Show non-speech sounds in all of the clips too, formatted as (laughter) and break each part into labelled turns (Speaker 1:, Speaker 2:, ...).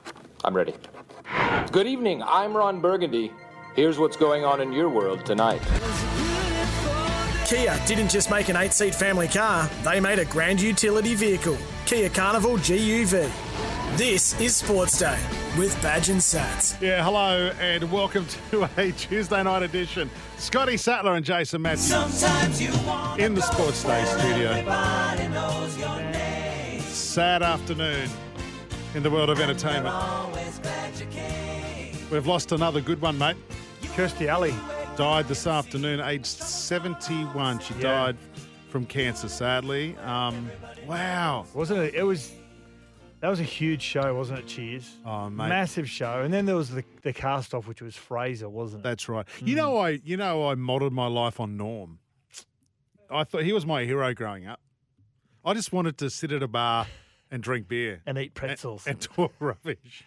Speaker 1: (clears throat) I'm ready. Good evening. I'm Ron Burgundy. Here's what's going on in your world tonight.
Speaker 2: Kia didn't just make an eight seat family car, they made a grand utility vehicle, Kia Carnival GUV. This is Sports Day with Badge and Sats.
Speaker 3: Yeah, hello and welcome to (laughs) a Tuesday night edition. Scotty Sattler and Jason Matthews in the Sports Day studio. Sad afternoon in the world of entertainment. We've lost another good one, mate.
Speaker 4: Kirsty Alley.
Speaker 3: Died this afternoon, aged 71. She died from cancer, sadly. Um, wow.
Speaker 4: Wasn't it? It was. That was a huge show, wasn't it? Cheers.
Speaker 3: Oh, mate.
Speaker 4: Massive show. And then there was the, the cast off, which was Fraser, wasn't it?
Speaker 3: That's right. You know,
Speaker 4: Hmm.
Speaker 3: I you know I modelled my life on Norm. I thought he was my hero growing up. I just wanted to sit at a bar and drink beer
Speaker 4: and eat pretzels.
Speaker 3: and talk (laughs) rubbish.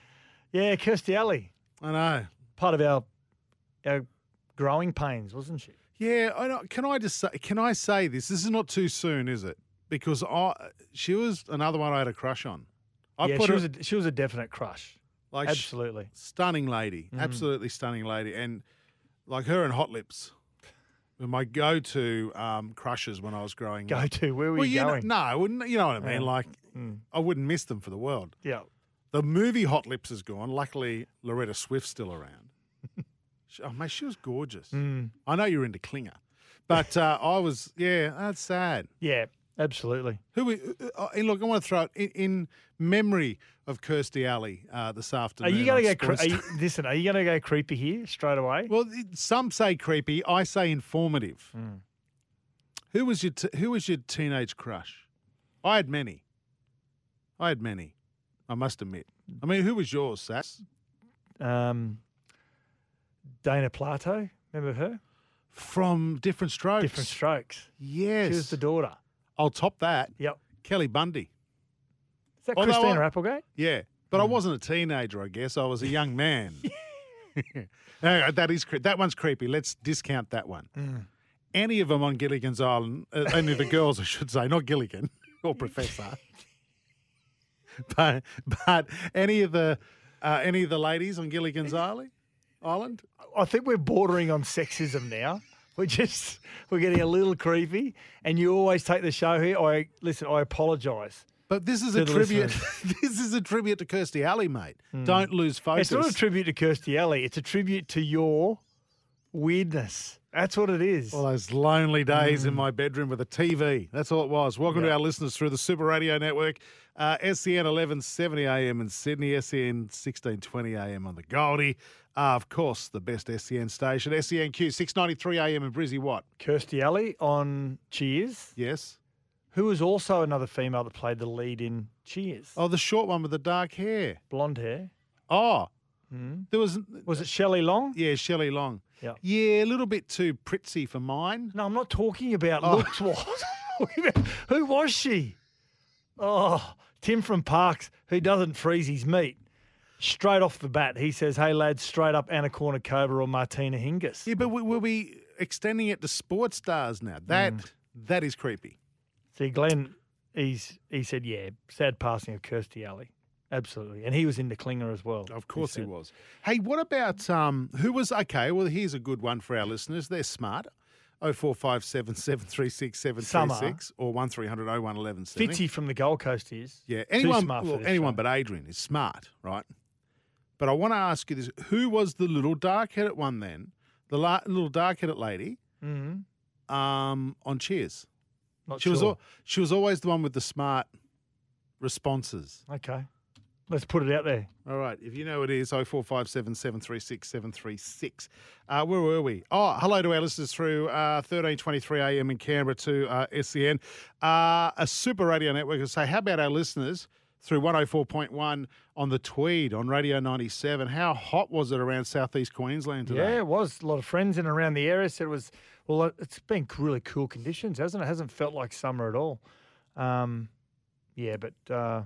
Speaker 4: yeah, Kirsty Alley.
Speaker 3: I know.
Speaker 4: Part of our, our growing pains, wasn't she?
Speaker 3: Yeah. I know. Can I just say? Can I say this? This is not too soon, is it? Because I she was another one I had a crush on. I
Speaker 4: yeah,
Speaker 3: put
Speaker 4: she,
Speaker 3: her
Speaker 4: was a, she was a definite crush.
Speaker 3: like sh-
Speaker 4: Absolutely. Mm-hmm.
Speaker 3: stunning lady, absolutely stunning lady, and like her and Hot Lips were my go-to um, crushes when I was growing up.
Speaker 4: Go to. Where were
Speaker 3: well,
Speaker 4: you
Speaker 3: you
Speaker 4: going? Mm.
Speaker 3: Know, no, I wouldn't- you know what I mean.
Speaker 4: Yeah.
Speaker 3: Like, I wouldn't miss them for the world.
Speaker 4: Yeah.
Speaker 3: The movie Hot Lips is gone. Luckily, Loretta Swift's still
Speaker 4: (laughs)
Speaker 3: around. She- oh, mate, she was gorgeous.
Speaker 4: Mm.
Speaker 3: I know you're into Klinger,
Speaker 4: (laughs)
Speaker 3: but uh, I was, yeah, that's sad.
Speaker 4: Yeah, absolutely.
Speaker 3: Who? we- uh, uh, hey, look, I want to throw it in, in memory of Kirsty Alley uh, this
Speaker 4: Are
Speaker 3: afternoon.
Speaker 4: you going to
Speaker 3: on
Speaker 4: go? Cre-
Speaker 3: Sports
Speaker 4: are you, listen, are you going to go creepy here straight away?
Speaker 3: Well, it- some say creepy. I say informative.
Speaker 4: Hmm.
Speaker 3: Who was your t- Who was your teenage crush? I had many. I had many. I must admit. I mean, who was yours, Sass?
Speaker 4: Um, Dana Plato, remember her?
Speaker 3: From different strokes.
Speaker 4: Different strokes.
Speaker 3: Yes.
Speaker 4: She was the daughter.
Speaker 3: I'll top that.
Speaker 4: Yep.
Speaker 3: Kelly Bundy.
Speaker 4: Is that
Speaker 3: Although
Speaker 4: Christina
Speaker 3: I-
Speaker 4: Applegate?
Speaker 3: Yeah. But I
Speaker 4: Hmm.
Speaker 3: wasn't a teenager, I guess. I was a
Speaker 4: (laughs)
Speaker 3: young man. (laughs) Anyway, that is cre- that one's creepy. Let's discount that one.
Speaker 4: Mm.
Speaker 3: Any of them on Gilligan's Island, uh, only the girls, I should say, not Gilligan (laughs)
Speaker 4: (laughs)
Speaker 3: or Professor, but but any of the uh, any of the ladies on Gilligan's Island, Island.
Speaker 4: I think we're bordering on sexism now. We're just we're getting a little creepy, and you always take the show here. I listen. I apologise.
Speaker 3: But this is
Speaker 4: To
Speaker 3: a
Speaker 4: the
Speaker 3: tribute. this is a tribute to Kirsty Alley, mate. (laughs) Don't lose focus.
Speaker 4: Hmm. It's not a tribute to Kirstie Alley. It's a tribute to your weirdness. That's what it is.
Speaker 3: All those lonely days
Speaker 4: Mm.
Speaker 3: in my bedroom with a TV. That's all it was. Welcome to our listeners through the Super Radio Network, uh, SCN 1170 AM in Sydney, E SCN 1620 AM on the Goldie. Uh, of course, the best SCN station, E SCNQ 693 AM in Brizzy What?
Speaker 4: Kirstie Alley on Cheers,
Speaker 3: Yes.
Speaker 4: who was also another female that played the lead in Cheers.
Speaker 3: Oh, the short one with the dark hair.
Speaker 4: Blonde hair.
Speaker 3: Oh, there was,
Speaker 4: Hmm? Was it Shelley Long?
Speaker 3: yeah, Shelley Long.
Speaker 4: Yeah.
Speaker 3: Yeah, a little bit too pritzy for mine.
Speaker 4: No, I'm not talking about
Speaker 3: Oh.
Speaker 4: looks. What? (laughs) who was she? Oh, Tim from Parks, who doesn't freeze his meat. Straight off the bat, he says, "Hey lads, straight up Anna Corner Cobra or Martina Hingis."
Speaker 3: Yeah, but we- were we extending it to sports stars now? That That is creepy.
Speaker 4: Mm. See, Glenn, he's he said, "Yeah, sad passing of Kirsty Alley, absolutely," and he was into Klinger as well.
Speaker 3: Of course he
Speaker 4: said.
Speaker 3: was. Hey, what about um, who was okay? Well, here's a good one for our listeners. They're smart. Oh four five seven seven three six seven three six or one three hundred oh one eleven seventy.
Speaker 4: Fitzy from the Gold Coast is
Speaker 3: Yeah,
Speaker 4: too
Speaker 3: anyone,
Speaker 4: smart for
Speaker 3: well,
Speaker 4: this
Speaker 3: anyone
Speaker 4: show.
Speaker 3: but Adrian is smart, right? But I want to ask you this: Who was the little dark-headed one then? The la- little dark-headed lady
Speaker 4: Mhm.
Speaker 3: um, on Cheers.
Speaker 4: Not
Speaker 3: she was
Speaker 4: sure.
Speaker 3: al- she was always the one with the smart responses.
Speaker 4: okay. Let's put it out there.
Speaker 3: All right. If you know it is, 0457 736 736. Uh, where were we? Oh, hello to our listeners through uh, 1323 AM in Canberra to uh, SEN. Uh, a super radio network will say, how about our listeners through 104.1 on the Tweed on Radio 97? How hot was it around southeast Queensland today?
Speaker 4: Yeah, it was. A lot of friends in and around the area said it was, well, it's been really cool conditions, hasn't it? It hasn't felt like summer at all. Um, yeah, but uh,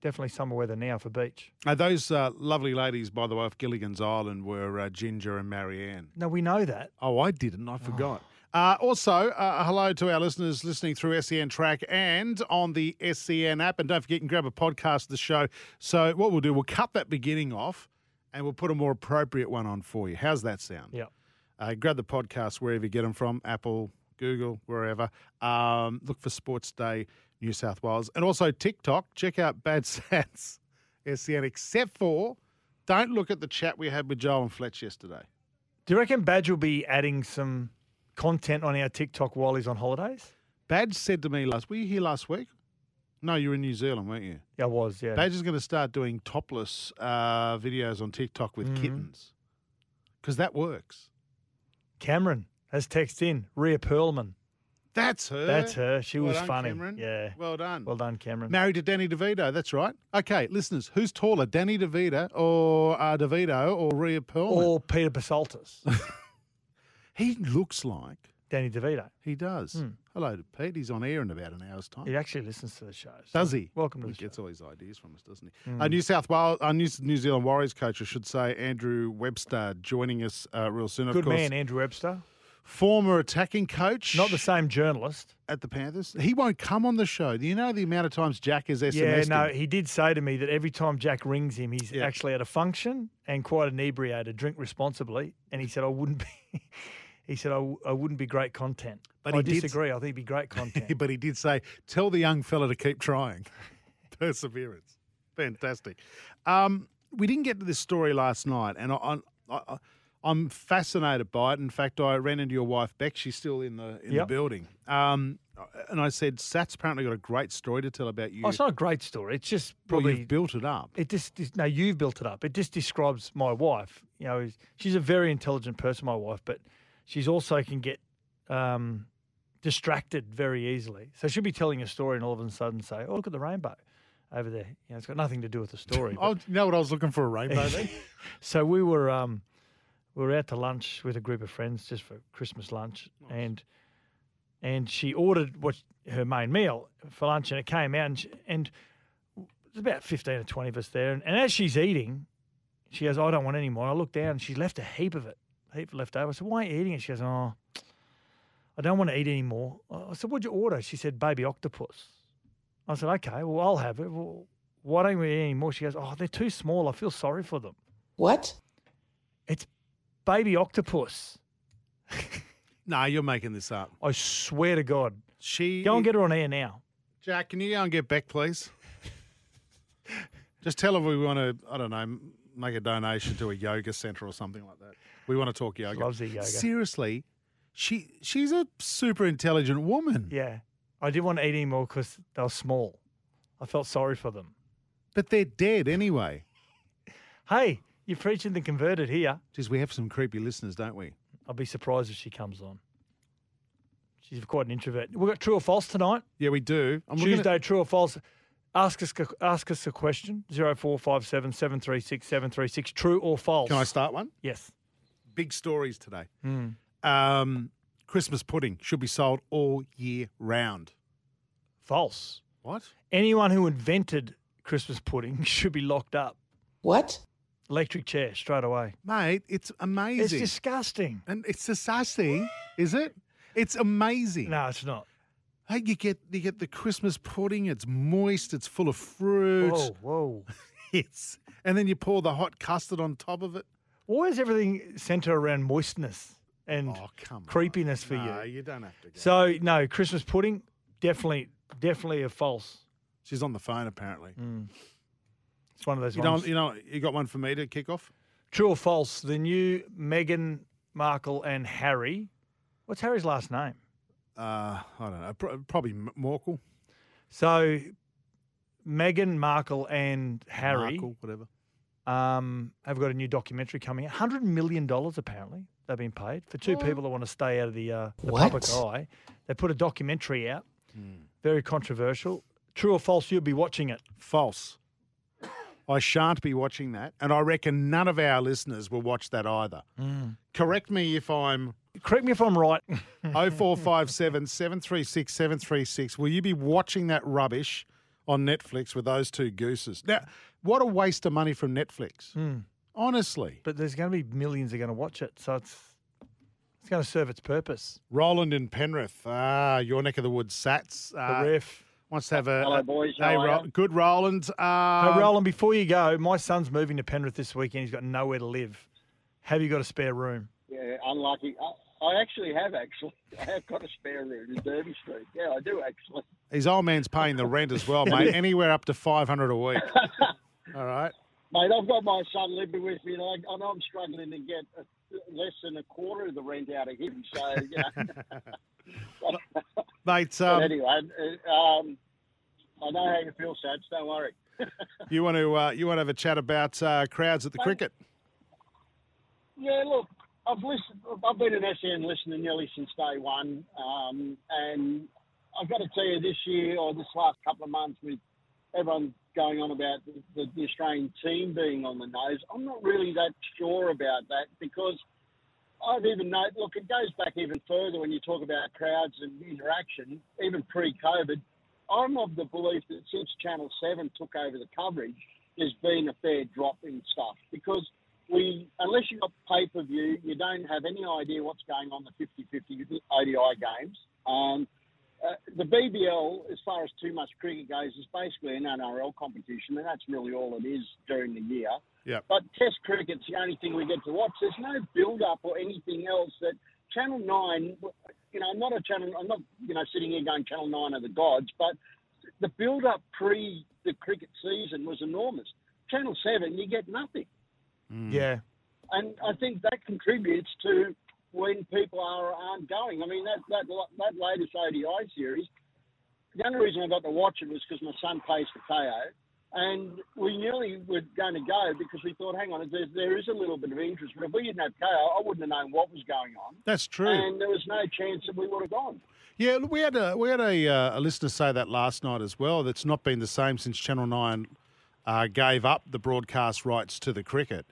Speaker 4: definitely summer weather now for beach.
Speaker 3: Uh, those uh, lovely ladies, by the way, off Gilligan's Island were uh, Ginger and Marianne.
Speaker 4: No, we know that.
Speaker 3: Oh, I didn't. I forgot. Uh, also, uh, hello to our listeners listening through SEN Track and on the SEN app. And don't forget, you can grab a podcast of the show. So, what we'll do, we'll cut that beginning off and we'll put a more appropriate one on for you. How's that sound?
Speaker 4: Yeah.
Speaker 3: Uh, grab the podcast wherever you get them from Apple, Google, wherever. Um, look for Sports Day New South Wales. And also TikTok. Check out Bad (laughs) Sats SEN, except for don't look at the chat we had with Joel and Fletch yesterday.
Speaker 4: Do you reckon Badge will be adding some content on our TikTok while he's on holidays?
Speaker 3: Badge said to me last, were you here last week? No, you were in New Zealand, weren't you?
Speaker 4: Yeah, I was, yeah.
Speaker 3: Badge is going to start doing topless uh, videos on TikTok with
Speaker 4: Mm-hmm.
Speaker 3: kittens because that works.
Speaker 4: Cameron has texted in, Rhea Perlman.
Speaker 3: That's her.
Speaker 4: That's her. She
Speaker 3: Well
Speaker 4: was
Speaker 3: done,
Speaker 4: funny.
Speaker 3: Cameron.
Speaker 4: Yeah.
Speaker 3: Well done.
Speaker 4: Well done, Cameron.
Speaker 3: Married to Danny DeVito. That's right. Okay, listeners, who's taller, Danny DeVito or uh, DeVito or Rhea Perlman?
Speaker 4: or Peter Basaltis,
Speaker 3: (laughs) he looks like
Speaker 4: Danny DeVito. Hmm.
Speaker 3: he does. Hello to Pete. He's on air in about an hour's time.
Speaker 4: He actually listens to the show. so
Speaker 3: Does he?
Speaker 4: Welcome to
Speaker 3: he
Speaker 4: the Hmm. show.
Speaker 3: gets all his ideas from us, doesn't he? Uh, New South Wales, uh, New, New Zealand Warriors coach, I should say, Andrew Webster, joining us uh, real soon. Of
Speaker 4: Good
Speaker 3: course,
Speaker 4: man, Andrew Webster.
Speaker 3: Former attacking coach
Speaker 4: Not the same journalist.
Speaker 3: at the Panthers. He won't come on the show. Do you know the amount of times Jack has SMS?
Speaker 4: Yeah, no, he did say to me that every time Jack rings him, he's
Speaker 3: Yeah.
Speaker 4: actually at a function and quite inebriated. Drink responsibly, and he said I wouldn't be. (laughs) He said I, w- I wouldn't be great content.
Speaker 3: But
Speaker 4: I
Speaker 3: he did-
Speaker 4: disagree. I think he'd be great
Speaker 3: (laughs)
Speaker 4: content.
Speaker 3: but he did say, tell the young fella to keep trying. (laughs) Perseverance. Fantastic. Um, we didn't get to this story last night, and I, I, I, I'm fascinated by it. In fact, I ran into your wife, Beck. She's still in the in
Speaker 4: Yep.
Speaker 3: the building. Um, and I said, Sat's apparently got a great story to tell about you.
Speaker 4: oh, it's not a great story. It's just
Speaker 3: Well,
Speaker 4: probably
Speaker 3: you've built it up.
Speaker 4: it just just- no you've built it up it just describes my wife you know is- she's a very intelligent person my wife but she's also can get um, distracted very easily so she'll be telling a story and all of a sudden say oh look at the rainbow over there you know it's got nothing to do with the
Speaker 3: (laughs)
Speaker 4: story but-
Speaker 3: Oh, you know what I was looking for a rainbow then?
Speaker 4: (laughs) so we were um, we were out to lunch with a group of friends just for Christmas lunch, and and she ordered what her main meal for lunch, and it came out, and, she, and there's about fifteen or twenty of us there, and, and as she's eating, she goes, "Oh, "I don't want any more." I look down, and she's left a heap of it, a heap left over. I said, "Why are you eating it?" She goes, "Oh, I don't want to eat any more." I said, "What'd you order?" She said, "Baby octopus." I said, "Okay, well I'll have it." Well, why don't we eat any more? She goes, "Oh, they're too small. I feel sorry for them."
Speaker 5: What?
Speaker 4: It's baby octopus.
Speaker 3: no, you're making this up.
Speaker 4: I swear to God.
Speaker 3: She
Speaker 4: Go and get her on air now.
Speaker 3: Jack, can you go and get Beck, please? Just tell her we want to, I don't know, m- make a donation to a yoga centre or something like that. We want to talk yoga.
Speaker 4: loves her yoga.
Speaker 3: Seriously, she she's a super intelligent woman.
Speaker 4: Yeah. I didn't want to eat any more because they were small. I felt sorry for them.
Speaker 3: But they're dead anyway.
Speaker 4: Hey, you're preaching the converted here.
Speaker 3: Geez, we have some creepy listeners, don't we?
Speaker 4: I'll be surprised if she comes on. She's quite an introvert. We've got true or false tonight.
Speaker 3: Yeah, we do. I'm looking at-
Speaker 4: Tuesday, true or false. Ask us, ask us a question. 0457 736 736. True or false?
Speaker 3: can I start one?
Speaker 4: Yes.
Speaker 3: Big stories today.
Speaker 4: hmm.
Speaker 3: Um, Christmas pudding should be sold all year round.
Speaker 4: False.
Speaker 3: What?
Speaker 4: Anyone who invented Christmas pudding (laughs) should be locked up.
Speaker 5: What?
Speaker 4: Electric chair straight away.
Speaker 3: Mate, it's amazing.
Speaker 4: It's disgusting.
Speaker 3: And it's the sassy, is it? It's amazing.
Speaker 4: No, it's not.
Speaker 3: Hey, you get you get the Christmas pudding. It's moist. It's full of fruit.
Speaker 4: Whoa, whoa.
Speaker 3: (laughs) It's and then you pour the hot custard on top of it.
Speaker 4: Why is everything centered around moistness and
Speaker 3: Oh, come on.
Speaker 4: creepiness for
Speaker 3: No,
Speaker 4: you?
Speaker 3: you don't have to. Go.
Speaker 4: So no, Christmas pudding, definitely, definitely a false. Mm.
Speaker 3: She's on the phone apparently.
Speaker 4: It's one of those
Speaker 3: You
Speaker 4: ones.
Speaker 3: don't. You know. You got one for me to kick off.
Speaker 4: True or false? The new Meghan Markle and Harry. What's Harry's last name?
Speaker 3: Uh, I don't know. Pro- Probably M- Morkel.
Speaker 4: So Meghan Markle and Harry
Speaker 3: Markle, whatever.
Speaker 4: um, have got a new documentary coming out. $100 million, apparently, they've been paid for two people that want to stay out of the, uh, the public eye. They put a documentary out, very controversial. True or false, you'll be watching it.
Speaker 3: False. I shan't be watching that, and I reckon none of our listeners will watch that either. Correct me if I'm
Speaker 4: Correct me if I'm
Speaker 3: (laughs)
Speaker 4: right. (laughs)
Speaker 3: 0457 736 736. Will you be watching that rubbish on Netflix with those two gooses? Now, what a waste of money from Netflix.
Speaker 4: Hmm.
Speaker 3: Honestly.
Speaker 4: But there's going to be millions that are going to watch it. So it's it's going to serve its purpose.
Speaker 3: Roland in Penrith, ah, your neck of the woods, Sats.
Speaker 4: The
Speaker 3: Uh,
Speaker 4: ref.
Speaker 3: Wants to have a.
Speaker 6: Hello, boys.
Speaker 3: Uh, Hey,
Speaker 6: How are
Speaker 3: Ro-
Speaker 6: you?
Speaker 3: good, Roland.
Speaker 4: Hey,
Speaker 3: Uh,
Speaker 4: Roland, before you go, my son's moving to Penrith this weekend. He's got nowhere to live. Have you got a spare room?
Speaker 6: Yeah, unlucky. I, I actually have, actually. (laughs) I have got a spare room in Derby Street. Yeah, I do, actually.
Speaker 3: His old man's paying the rent as
Speaker 6: (laughs)
Speaker 3: well, mate. Anywhere up to 500 a week. All right.
Speaker 6: Mate, I've got my son living with me, and I, I know I'm struggling to get a, less than a quarter of the rent out of him. So, you know.
Speaker 3: (laughs)
Speaker 6: (laughs)
Speaker 3: Mate,
Speaker 6: but
Speaker 3: um,
Speaker 6: anyway, uh, um, I know how you feel, Sats. Don't worry.
Speaker 3: you want to uh, you want to have a chat about uh, crowds at the cricket?
Speaker 6: Yeah, look, I've listened. I've been an SN listener nearly since day one, um, and I've got to tell you, this year or this last couple of months, with everyone going on about the, the, the Australian team being on the nose, I'm not really that sure about that because I've even noted. Look, it goes back even further when you talk about crowds and interaction, even pre-COVID. I'm of the belief that since Channel Seven took over the coverage, there's been a fair drop in stuff because we, unless you've got pay-per-view, you don't have any idea what's going on in the 50-50 ODI games. Um, uh, the BBL, as far as too much cricket goes, is basically an NRL competition, and that's really all it is during the year.
Speaker 3: Yep.
Speaker 6: But Test cricket's the only thing we get to watch. There's no build-up or anything else that Channel Nine. You know, I'm not a channel. I'm not you know sitting here going Channel Nine are the gods, but the build-up pre the cricket season was enormous. Channel Seven, you get nothing.
Speaker 4: Yeah.
Speaker 6: And I think that contributes to when people are aren't going. I mean, that that that latest ODI series, the only reason I got to watch it was because my son plays for KO, and we nearly were going to go because we thought, hang on, there, there is a little bit of interest. But if we didn't have KO, I wouldn't have known what was going on,
Speaker 3: That's true.
Speaker 6: and there was no chance that we would have gone.
Speaker 3: Yeah, look, we had a we had a, uh, a listener say that last night as well. That's not been the same since Channel Nine uh, gave up the broadcast rights to the cricket,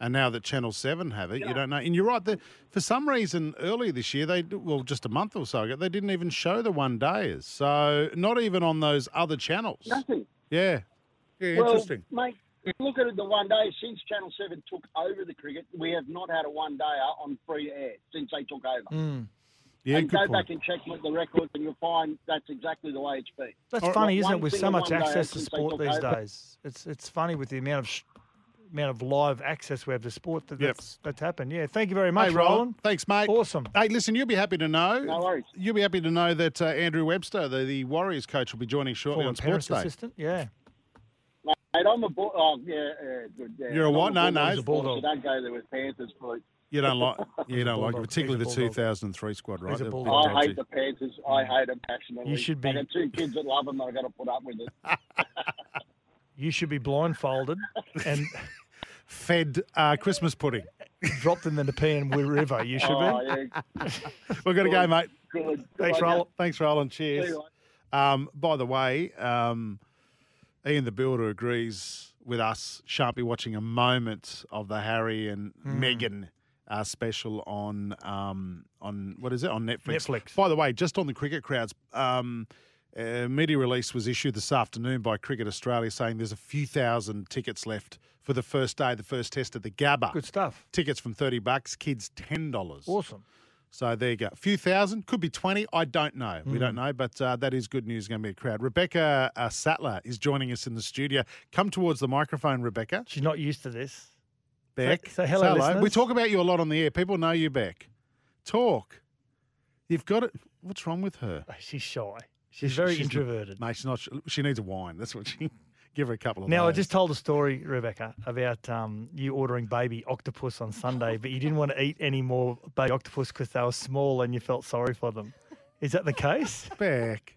Speaker 3: and now that Channel Seven have it, you don't know. And you're right. That for some reason, earlier this year, they well, just a month or so ago, they didn't even show the one days. So not even on those other channels.
Speaker 6: Nothing.
Speaker 3: Yeah. Yeah. interesting.
Speaker 6: Well, mate, look at it the one day since Channel 7 took over the cricket, we have not had a one day on free air since they took over.
Speaker 3: Yeah.
Speaker 6: and
Speaker 3: good
Speaker 6: go
Speaker 3: point.
Speaker 6: back and check the records, and you'll find that's exactly the way it's been.
Speaker 4: That's
Speaker 6: Or-
Speaker 4: funny,
Speaker 6: Not
Speaker 4: isn't it?
Speaker 6: one
Speaker 4: With so
Speaker 6: single
Speaker 4: much
Speaker 6: one day
Speaker 4: access to
Speaker 6: since they
Speaker 4: sport
Speaker 6: took
Speaker 4: these
Speaker 6: over.
Speaker 4: days, it's it's funny with the amount of sh- amount of live access we have to sport that
Speaker 3: Yep.
Speaker 4: that's, that's happened. Yeah. Thank you very
Speaker 3: Hey,
Speaker 4: much,
Speaker 3: Roland.
Speaker 4: Roland.
Speaker 3: Thanks, mate.
Speaker 4: Awesome.
Speaker 3: Hey, listen, you'll be happy to know.
Speaker 6: No worries.
Speaker 3: You'll be happy to know that uh, Andrew Webster, the, the Warriors coach, will be joining shortly
Speaker 4: Former
Speaker 3: on Sports
Speaker 4: Penrith
Speaker 3: Day.
Speaker 4: assistant. Yeah.
Speaker 6: Mate, I'm a bull. Oh, yeah, yeah, good. Yeah.
Speaker 3: You're a
Speaker 6: I'm
Speaker 3: what? No, no.
Speaker 6: Bulldogs
Speaker 3: He's a
Speaker 6: supporter,
Speaker 4: Bulldog.
Speaker 6: So don't go there with Panthers, please.
Speaker 3: You
Speaker 6: (laughs)
Speaker 4: (laughs)
Speaker 3: don't like, yeah, you don't like it,
Speaker 4: bulldog.
Speaker 3: particularly the
Speaker 4: He's a bulldog.
Speaker 3: 2003 squad, right?
Speaker 4: He's a
Speaker 3: They're
Speaker 4: bulldog.
Speaker 6: Oh, I
Speaker 3: dodgy.
Speaker 6: hate the Panthers. I hate them passionately.
Speaker 4: You should be-
Speaker 6: I got two kids that love them, and I got to put up with it.
Speaker 4: You should be
Speaker 3: (laughs)
Speaker 4: blindfolded and
Speaker 3: Fed uh,
Speaker 4: (laughs)
Speaker 3: Christmas pudding.
Speaker 4: dropped in the Nepean River. You should
Speaker 6: oh,
Speaker 4: be.
Speaker 6: yeah,
Speaker 3: We've got to go, mate.
Speaker 6: good.
Speaker 4: Thanks,
Speaker 6: Good idea.
Speaker 4: Roland.
Speaker 3: Thanks, Roland. Cheers.
Speaker 6: See you,
Speaker 3: Um, by the way, um, Ian the Builder agrees with us. Shan't be watching a moment of the Harry and
Speaker 4: Hmm.
Speaker 3: Meghan uh, special on um, on what is it on Netflix?
Speaker 4: Netflix.
Speaker 3: By the way, just on the cricket crowds. Um, a media release was issued this afternoon by Cricket Australia saying there's a few thousand tickets left for the first day, the first test at the Gabba.
Speaker 4: Good stuff.
Speaker 3: Tickets from thirty bucks, kids ten dollars.
Speaker 4: Awesome.
Speaker 3: So there you go. A few thousand, could be 20. I don't know.
Speaker 4: Mm-hmm.
Speaker 3: We don't know, but uh, that is good news. Going to be a crowd. Rebecca uh, Sattler is joining us in the studio. Come towards the microphone, Rebecca.
Speaker 4: She's not used to this.
Speaker 3: Beck.
Speaker 4: say hello,
Speaker 3: We
Speaker 4: listeners.
Speaker 3: talk about you a lot on the air. People know you, Beck. Talk. You've got it. What's wrong with her?
Speaker 4: Oh, She's shy. She's very
Speaker 3: she's-
Speaker 4: introverted.
Speaker 3: Mate, she's not. She needs a wine. That's what she. (laughs) Give her a couple of
Speaker 4: Now, I
Speaker 3: those.
Speaker 4: just told a story, Rebecca, about um, you ordering baby octopus on Sunday, but you didn't want to eat any more baby octopus because they were small and you felt sorry for them. Is that the case?
Speaker 3: (laughs) Beck.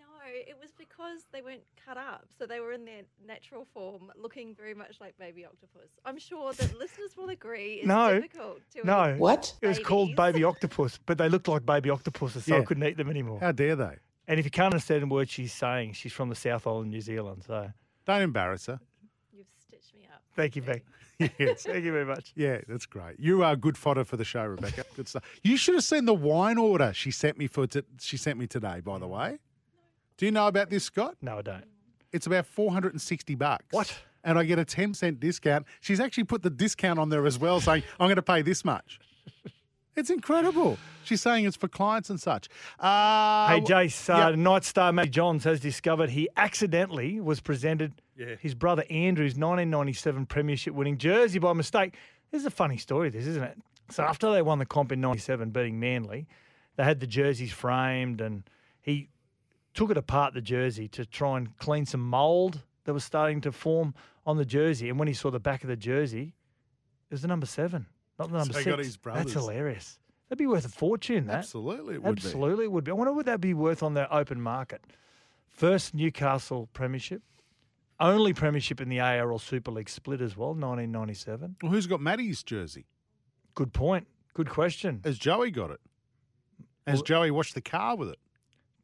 Speaker 7: No, it was because
Speaker 8: they weren't cut up, so they were in their natural form, looking very much like baby octopus. I'm sure that listeners will agree. It's
Speaker 4: No.
Speaker 8: difficult to
Speaker 4: No.
Speaker 5: What?
Speaker 4: It was called
Speaker 8: Babies.
Speaker 4: baby octopus, but they looked like baby octopuses, so I
Speaker 3: Yeah.
Speaker 4: couldn't eat them anymore.
Speaker 3: How dare they?
Speaker 4: And if you can't understand a word she's saying, she's from the South Island, New Zealand. So
Speaker 3: Don't embarrass her.
Speaker 8: You've stitched me up.
Speaker 4: thank you, Beck.
Speaker 3: (laughs)
Speaker 4: (laughs)
Speaker 3: Yes.
Speaker 4: Thank you very much.
Speaker 3: Yeah, that's great. You are good fodder for the show,
Speaker 4: (laughs)
Speaker 3: Rebecca. Good stuff. You should have seen the wine order she sent me for. T- she sent me today, by the way. Do you know about this, Scott?
Speaker 4: No, I don't.
Speaker 3: It's about four hundred and sixty bucks.
Speaker 4: What?
Speaker 3: And I get a ten cent discount. She's actually put the discount on there as well, saying (laughs) I'm going to pay this much. It's incredible. She's saying it's for clients and such. Uh,
Speaker 4: Hey, Jace, uh, Night Star Matty Johns has discovered he accidentally was presented his brother Andrew's 1997 Premiership winning jersey by mistake. This is a funny story, this, isn't it? So, after they won the comp in 97, beating Manly, they had the jerseys framed and he took it apart, the jersey, to try and clean some mold that was starting to form on the jersey. And when he saw the back of the jersey, it was the number seven, not the number
Speaker 3: So he
Speaker 4: six.
Speaker 3: got his brothers.
Speaker 4: That's hilarious. That'd be worth a fortune, that.
Speaker 3: absolutely, it would be.
Speaker 4: Absolutely, it would be. I wonder what that'd be worth on their open market. First Newcastle Premiership, only Premiership in the ARL Super League split as well, 1997.
Speaker 3: Well, who's got Maddie's jersey?
Speaker 4: Good point. Good question.
Speaker 3: Has Joey got it? Has Joey washed the car with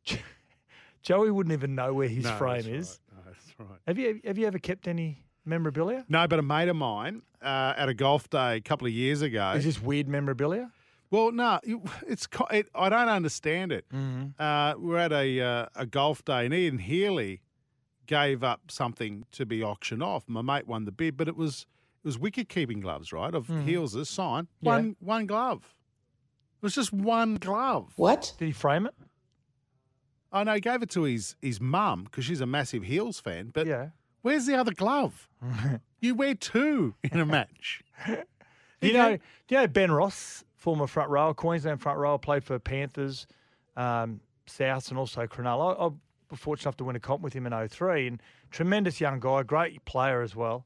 Speaker 3: it?
Speaker 4: (laughs) Joey wouldn't even know where his
Speaker 3: No,
Speaker 4: frame
Speaker 3: that's
Speaker 4: is.
Speaker 3: right. No, that's right.
Speaker 4: Have you have you ever kept any memorabilia?
Speaker 3: No, but a mate of mine uh, at a golf day a couple of years ago.
Speaker 4: Is this weird memorabilia?
Speaker 3: well, no, it- it's co- it, I don't understand it.
Speaker 9: Mm-hmm.
Speaker 4: Mm-hmm.
Speaker 3: Uh, we're at a uh, a golf day, and Ian Healy gave up something to be auctioned off. My mate won the bid, but it was it was wicket keeping gloves, right? Of Heels' sign,
Speaker 4: Mm-hmm. Yeah.
Speaker 3: one one glove. It was just one glove.
Speaker 5: What?
Speaker 4: Did he frame it?
Speaker 3: I know he gave it to his his mum because she's a massive Heels fan. But
Speaker 4: yeah.
Speaker 3: where's the other
Speaker 4: (laughs)
Speaker 3: glove? you wear two in a match.
Speaker 4: Do you know? Do you know Ben Ross, former front rower, Queensland front rower, played for Panthers, um, Souths, and also Cronulla. I, I was fortunate enough to win a comp with him in 03 and tremendous young guy, great player as well.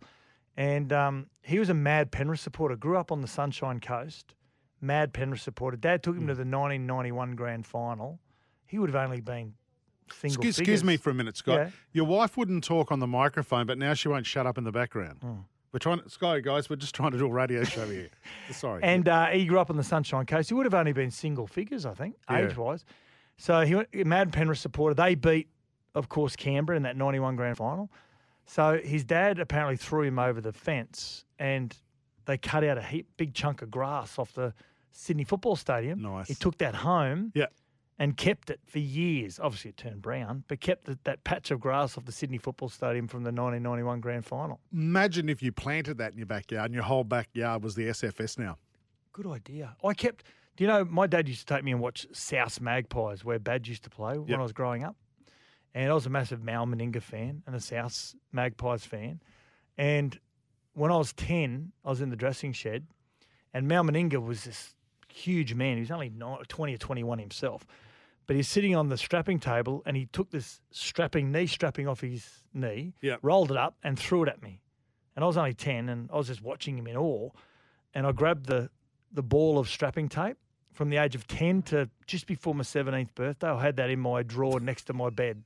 Speaker 4: And um, he was a mad Penrith supporter. Grew up on the Sunshine Coast, mad Penrith supporter. Dad took him
Speaker 3: Hmm.
Speaker 4: to the 1991 Grand Final. He would have only been single.
Speaker 3: Excuse, excuse
Speaker 4: figures.
Speaker 3: me for a minute, Scott.
Speaker 4: Yeah.
Speaker 3: Your wife wouldn't talk on the microphone, but now she won't shut up in the background.
Speaker 4: Hmm.
Speaker 3: We're trying, to, Sky guys. We're just trying to do a radio show
Speaker 4: (laughs)
Speaker 3: here. Sorry.
Speaker 4: And uh, he grew up on the Sunshine Coast. He would have only been single figures, I think,
Speaker 3: Yeah.
Speaker 4: age wise. So he went, Mad Penrith supporter. They beat, of course, Canberra in that 91 grand final. So his dad apparently threw him over the fence and they cut out a heap, big chunk of grass off the Sydney Football Stadium.
Speaker 3: Nice.
Speaker 4: He took that home
Speaker 3: yeah,
Speaker 4: and kept it for years. Obviously, it turned brown, but kept th- that patch of grass off the Sydney Football Stadium from the 1991 grand final.
Speaker 3: imagine if you planted that in your backyard, and your whole backyard was the SFS now.
Speaker 4: Good idea. I kept. Do you know my dad used to take me and watch South Magpies, where Bad used to play when
Speaker 3: Yep.
Speaker 4: I was growing up, and I was a massive Mal Meninga fan and a South Magpies fan. And when I was ten, I was in the dressing shed, and Mal Meninga was this huge man. He was only ni- twenty or twenty-one himself, but he's sitting on the strapping table, and he took this strapping knee strapping off his knee,
Speaker 3: Yep.
Speaker 4: rolled it up, and threw it at me. And I was only ten, and I was just watching him in awe and I grabbed the the ball of strapping tape from the age of ten to just before my seventeenth birthday. I had that in my drawer next to my bed.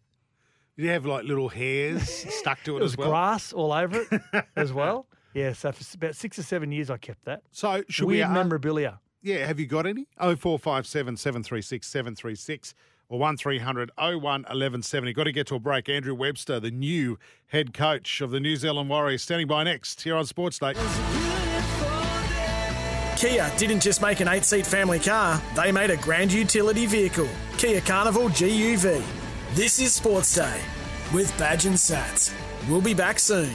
Speaker 3: Did you have like little
Speaker 4: (laughs)
Speaker 3: hairs (laughs) stuck to it,
Speaker 4: It was
Speaker 3: as well?
Speaker 4: grass all over
Speaker 3: (laughs)
Speaker 4: it as well. Yeah, so for s- about six or seven years I kept that.
Speaker 3: So should we?
Speaker 4: Weird
Speaker 3: uh, ask-
Speaker 4: memorabilia.
Speaker 3: Yeah, have you got any? Oh four five seven seven three six seven three six or one 1170 Got to get to a break. Andrew Webster, the new head coach of the New Zealand Warriors, standing by next here on Sports Day.
Speaker 2: Kia didn't just make an eight seat family car, they made a grand utility vehicle, Kia Carnival GUV. This is Sports Day with Badge and Sats. We'll be back soon.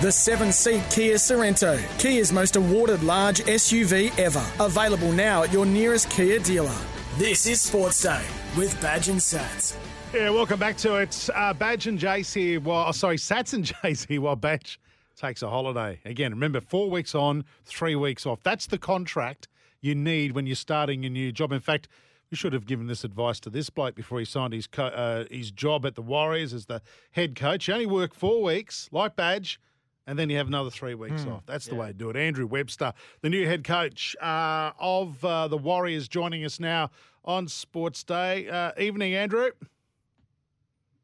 Speaker 2: The seven seat Kia Sorrento, Kia's most awarded large SUV ever. Available now at your nearest Kia dealer. This is Sports Day with Badge and Sats.
Speaker 3: Yeah, welcome back to it. Uh, Badge and Jace here. While, oh, sorry, Sats and (laughs) Jace here while Badge takes a holiday. Again, remember, four weeks on, three weeks off. That's the contract you need when you're starting a new job. In fact, we should have given this advice to this bloke before he signed his co- uh, his job at the Warriors as the head coach. You only work four weeks, like Badge, and then you have another three weeks
Speaker 4: Hmm.
Speaker 3: off. That's the way to do it. Andrew Webster, the new head coach uh, of uh, the Warriors, joining us now on Sports Day. Uh, evening, Andrew.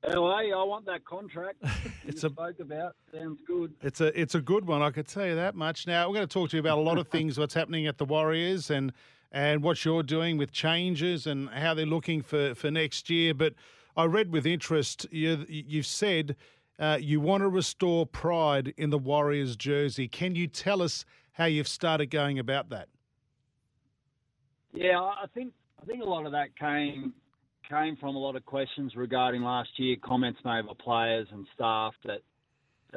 Speaker 10: Anyway, I want that
Speaker 3: (laughs)
Speaker 10: contract
Speaker 3: It's
Speaker 10: you
Speaker 3: a-
Speaker 10: spoke about. Sounds good.
Speaker 3: It's a it's a good one. I could tell you that much. Now we're going to talk to you about a lot of things. What's happening at the Warriors and and what you're doing with changes and how they're looking for for next year. But I read with interest you you've said uh, you want to restore pride in the Warriors jersey. Can you tell us how you've started going about that?
Speaker 10: Yeah, I I think I think a lot of that came came from a lot of questions regarding last year, comments made by players and staff that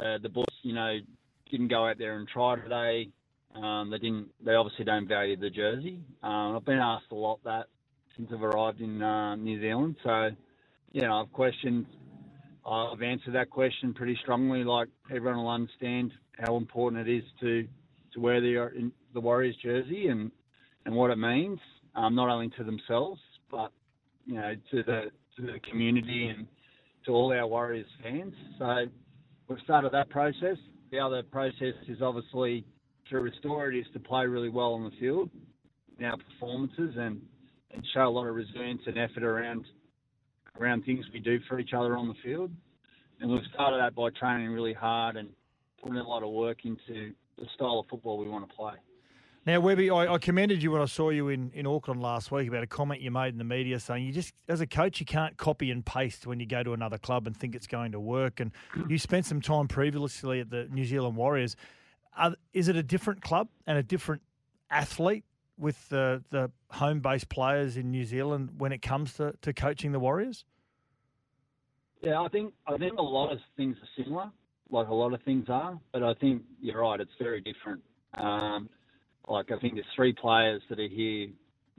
Speaker 10: uh, the Bullets, you know, didn't go out there and try today. Um, they didn't. They obviously don't value the jersey. Um, I've been asked a lot that since I've arrived in uh, New Zealand. So, you know, I've questioned. I've answered that question pretty strongly. Like everyone will understand how important it is to to wear the uh, the Warriors jersey and and what it means, um, not only to themselves but you know to the to the community and to all our Warriors fans. So we've started that process. The other process is obviously to restore it is to play really well on the field in our performances and, and show a lot of resilience and effort around around things we do for each other on the field. And we've started that by training really hard and putting a lot of work into the style of football we want to play.
Speaker 4: Now, Webby, I, I commended you when I saw you in, in Auckland last week about a comment you made in the media saying you just, as a coach, you can't copy and paste when you go to another club and think it's going to work. And you spent some time previously at the New Zealand Warriors. Are, is it a different club and a different athlete with the, the home based players in New Zealand when it comes to, to coaching the Warriors?
Speaker 10: Yeah, I think I think a lot of things are similar, like a lot of things are, but I think you're right. It's very different. Um, like I think there's three players that are here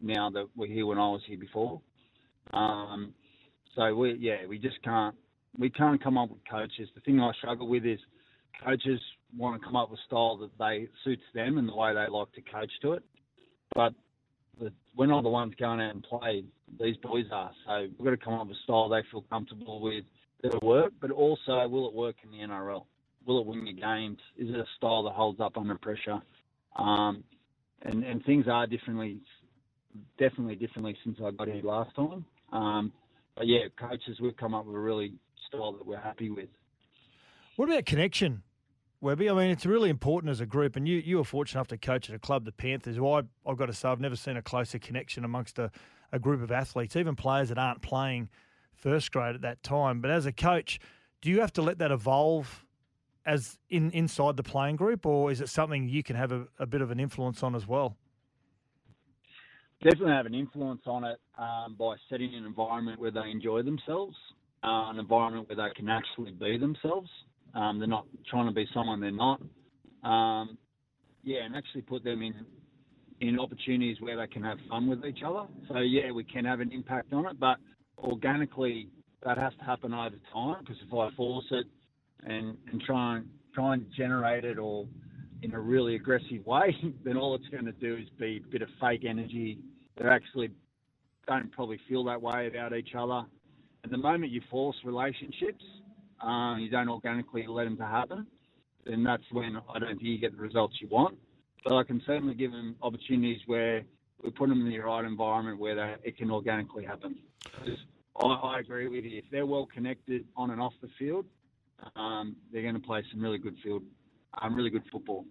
Speaker 10: now that were here when I was here before. Um, so we yeah we just can't we can't come up with coaches. The thing I struggle with is coaches want to come up with style that they suits them and the way they like to coach to it, but the, we're not the ones going out and play. These boys are. So we've got to come up with a style they feel comfortable with that'll work, but also will it work in the NRL? Will it win your games? Is it a style that holds up under pressure? Um, and and things are differently, definitely differently since I got here last time. Um, but yeah, coaches, we've come up with a really style that we're happy with.
Speaker 4: What about connection, Webby? I mean, it's really important as a group, and you you were fortunate enough to coach at a club, the Panthers. Who I I've got to say, I've never seen a closer connection amongst a, a group of athletes, even players that aren't playing first grade at that time. But as a coach, do you have to let that evolve as in inside the playing group, or is it something you can have a, a bit of an influence on as well?
Speaker 10: definitely have an influence on it um, by setting an environment where they enjoy themselves, uh, an environment where they can actually be themselves. Um, they're not trying to be someone they're not. Um, yeah, and actually put them in in opportunities where they can have fun with each other. So yeah, we can have an impact on it, but organically that has to happen over time because if I force it and and try and try and generate it or in a really aggressive way, (laughs) then all it's going to do is be a bit of fake energy. They actually don't probably feel that way about each other. And the moment you force relationships, um, you don't organically let them to happen, then that's when I don't think you get the results you want. But I can certainly give them opportunities where we put them in the right environment where they, it can organically happen. 'Cause I, I agree with you. If they're well connected on and off the field, um, they're going to play some really good field, um, really good football.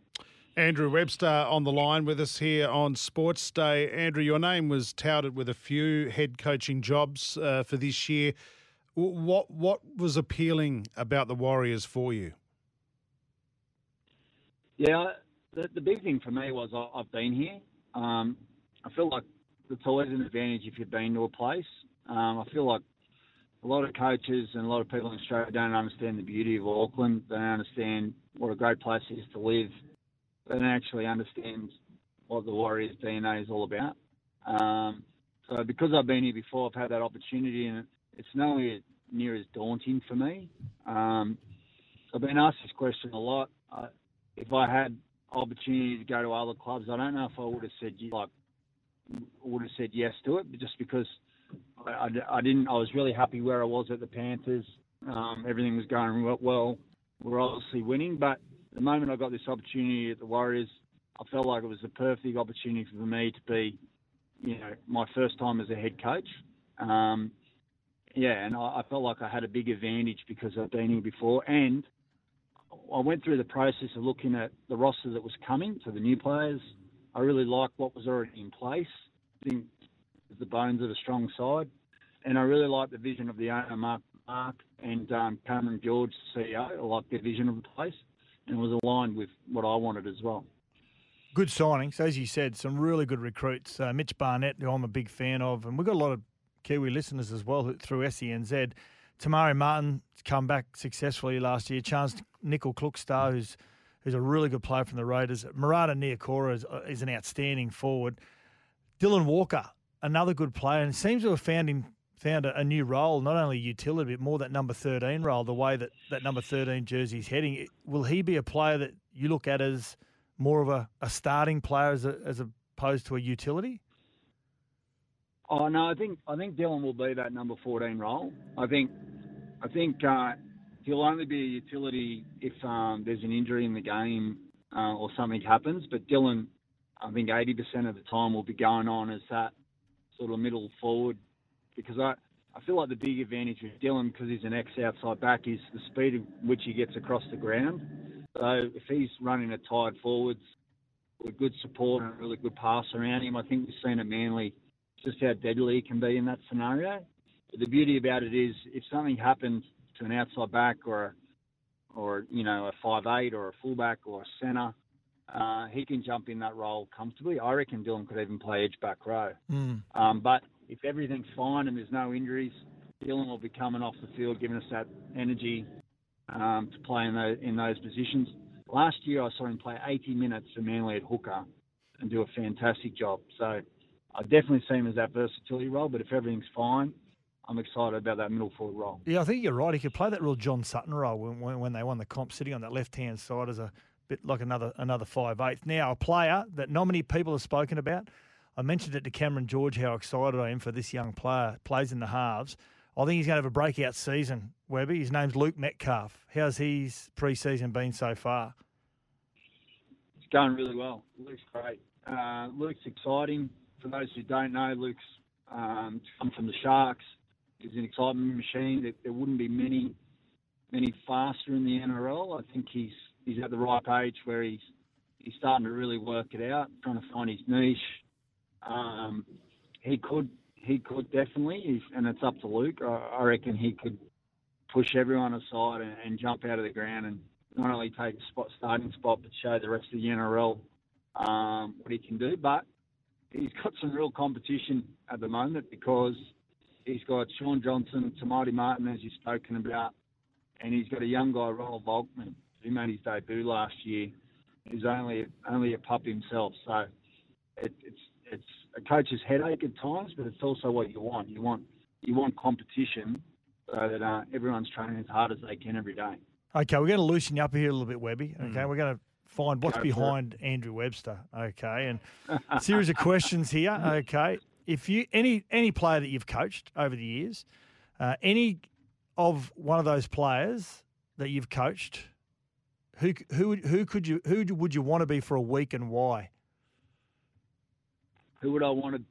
Speaker 3: Andrew Webster on the line with us here on Sports Day. Andrew, your name was touted with a few head coaching jobs uh, for this year. W- What what was appealing about the Warriors for you?
Speaker 10: Yeah, the, the big thing for me was I, I've been here. Um, I feel like it's always an advantage if you've been to a place. Um, I feel like a lot of coaches and a lot of people in Australia don't understand the beauty of Auckland. They don't understand what a great place it is to live. They don't actually understand what the Warriors DNA is all about. Um, so because I've been here before, I've had that opportunity, and it's nowhere near as daunting for me. Um, I've been asked this question a lot. I, if I had opportunity to go to other clubs, I don't know if I would have said ye- like would have said yes to it, but just because I, I- I didn't. I was really happy where I was at the Panthers. Um, everything was going we- well. We are obviously winning, but the moment I got this opportunity at the Warriors, I felt like it was the perfect opportunity for me to be, you know, my first time as a head coach. Um, yeah, and I, I felt like I had a big advantage because I've been here before, and I went through the process of looking at the roster that was coming, so the new players. I really liked what was already in place. I think the bones of a strong side, and I really liked the vision of the owner, Mark, Mark and um, Cameron George, CEO. I liked their vision of the place, and it was aligned with what I wanted as well.
Speaker 4: Good signing. So as you said, some really good recruits. Uh, Mitch Barnett, who I'm a big fan of, and we've got a lot of Kiwi listeners as well who- through SENZ. Tamari Martin come back successfully last year. Chance Nickel Clookstar, who's who's a really good player from the Raiders. Murata Niokora is, uh, is an outstanding forward. Dylan Walker, another good player, and seems to have found him found a, a new role, not only utility, but more that number thirteen role. The way that that number thirteen jersey is heading, It- will he be a player that you look at as more of a, a starting player as a, as opposed to a utility?
Speaker 10: Oh no, I think I think Dylan will be that number fourteen role. I think I think uh, he'll only be a utility if um, there's an injury in the game uh, or something happens. But Dylan, I think eighty percent of the time will be going on as that sort of middle forward because I. I feel like the big advantage with Dylan, because he's an ex-outside back, is the speed at which he gets across the ground. So if he's running a tired forwards with good support and a really good pass around him, I think we've seen at Manly just how deadly he can be in that scenario. But the beauty about it is, if something happened to an outside back or, or you know, a five eight or a fullback or a centre, uh, he can jump in that role comfortably. I reckon Dylan could even play edge back row. Um, but if everything's fine and there's no injuries, Dylan will be coming off the field, giving us that energy um, to play in those, in those positions. Last year, I saw him play 80 minutes for Manly at hooker and do a fantastic job. So I definitely see him as that versatility role. But if everything's fine, I'm excited about that middle forward role.
Speaker 4: Yeah, I think you're right. He could play that real John Sutton role when, when, when they won the comp, sitting on that left hand side as a bit like another another five eighth. Now a player that not many people have spoken about. I mentioned it to Cameron George how excited I am for this young player. Plays in the halves. I think he's going to have a breakout season. Webby. His name's Luke Metcalf. How's his preseason been so far?
Speaker 10: It's going really well. Luke's great. Uh, Luke's exciting. For those who don't know, Luke's um, come from the Sharks. He's an excitement machine. There, there wouldn't be many, many faster in the NRL. I think he's he's at the right age where he's he's starting to really work it out, trying to find his niche. Um, he could he could definitely, if, and it's up to Luke. I, I reckon he could push everyone aside and, and jump out of the ground and not only take a spot starting spot, but show the rest of the NRL um, what he can do. But he's got some real competition at the moment because he's got Sean Johnson, Tamati Martin, as you've spoken about, and he's got a young guy, Ronald Volkman, who made his debut last year. He's only only a pup himself, so it, it's it's a coach's headache at times, but it's also what you want. You want you want competition so that uh, everyone's training as hard as they can every day.
Speaker 4: Okay, we're going to loosen you up here a little bit, Webby. Okay, we're going to find what's
Speaker 10: Mm. Go for it.
Speaker 4: behind Andrew Webster. Okay, and a series of questions
Speaker 10: (laughs)
Speaker 4: here. Okay, if you any any player that you've coached over the years, uh, any of one of those players that you've coached, who c- who would- who could you who would you want to be for a week and why?
Speaker 10: Who would I want to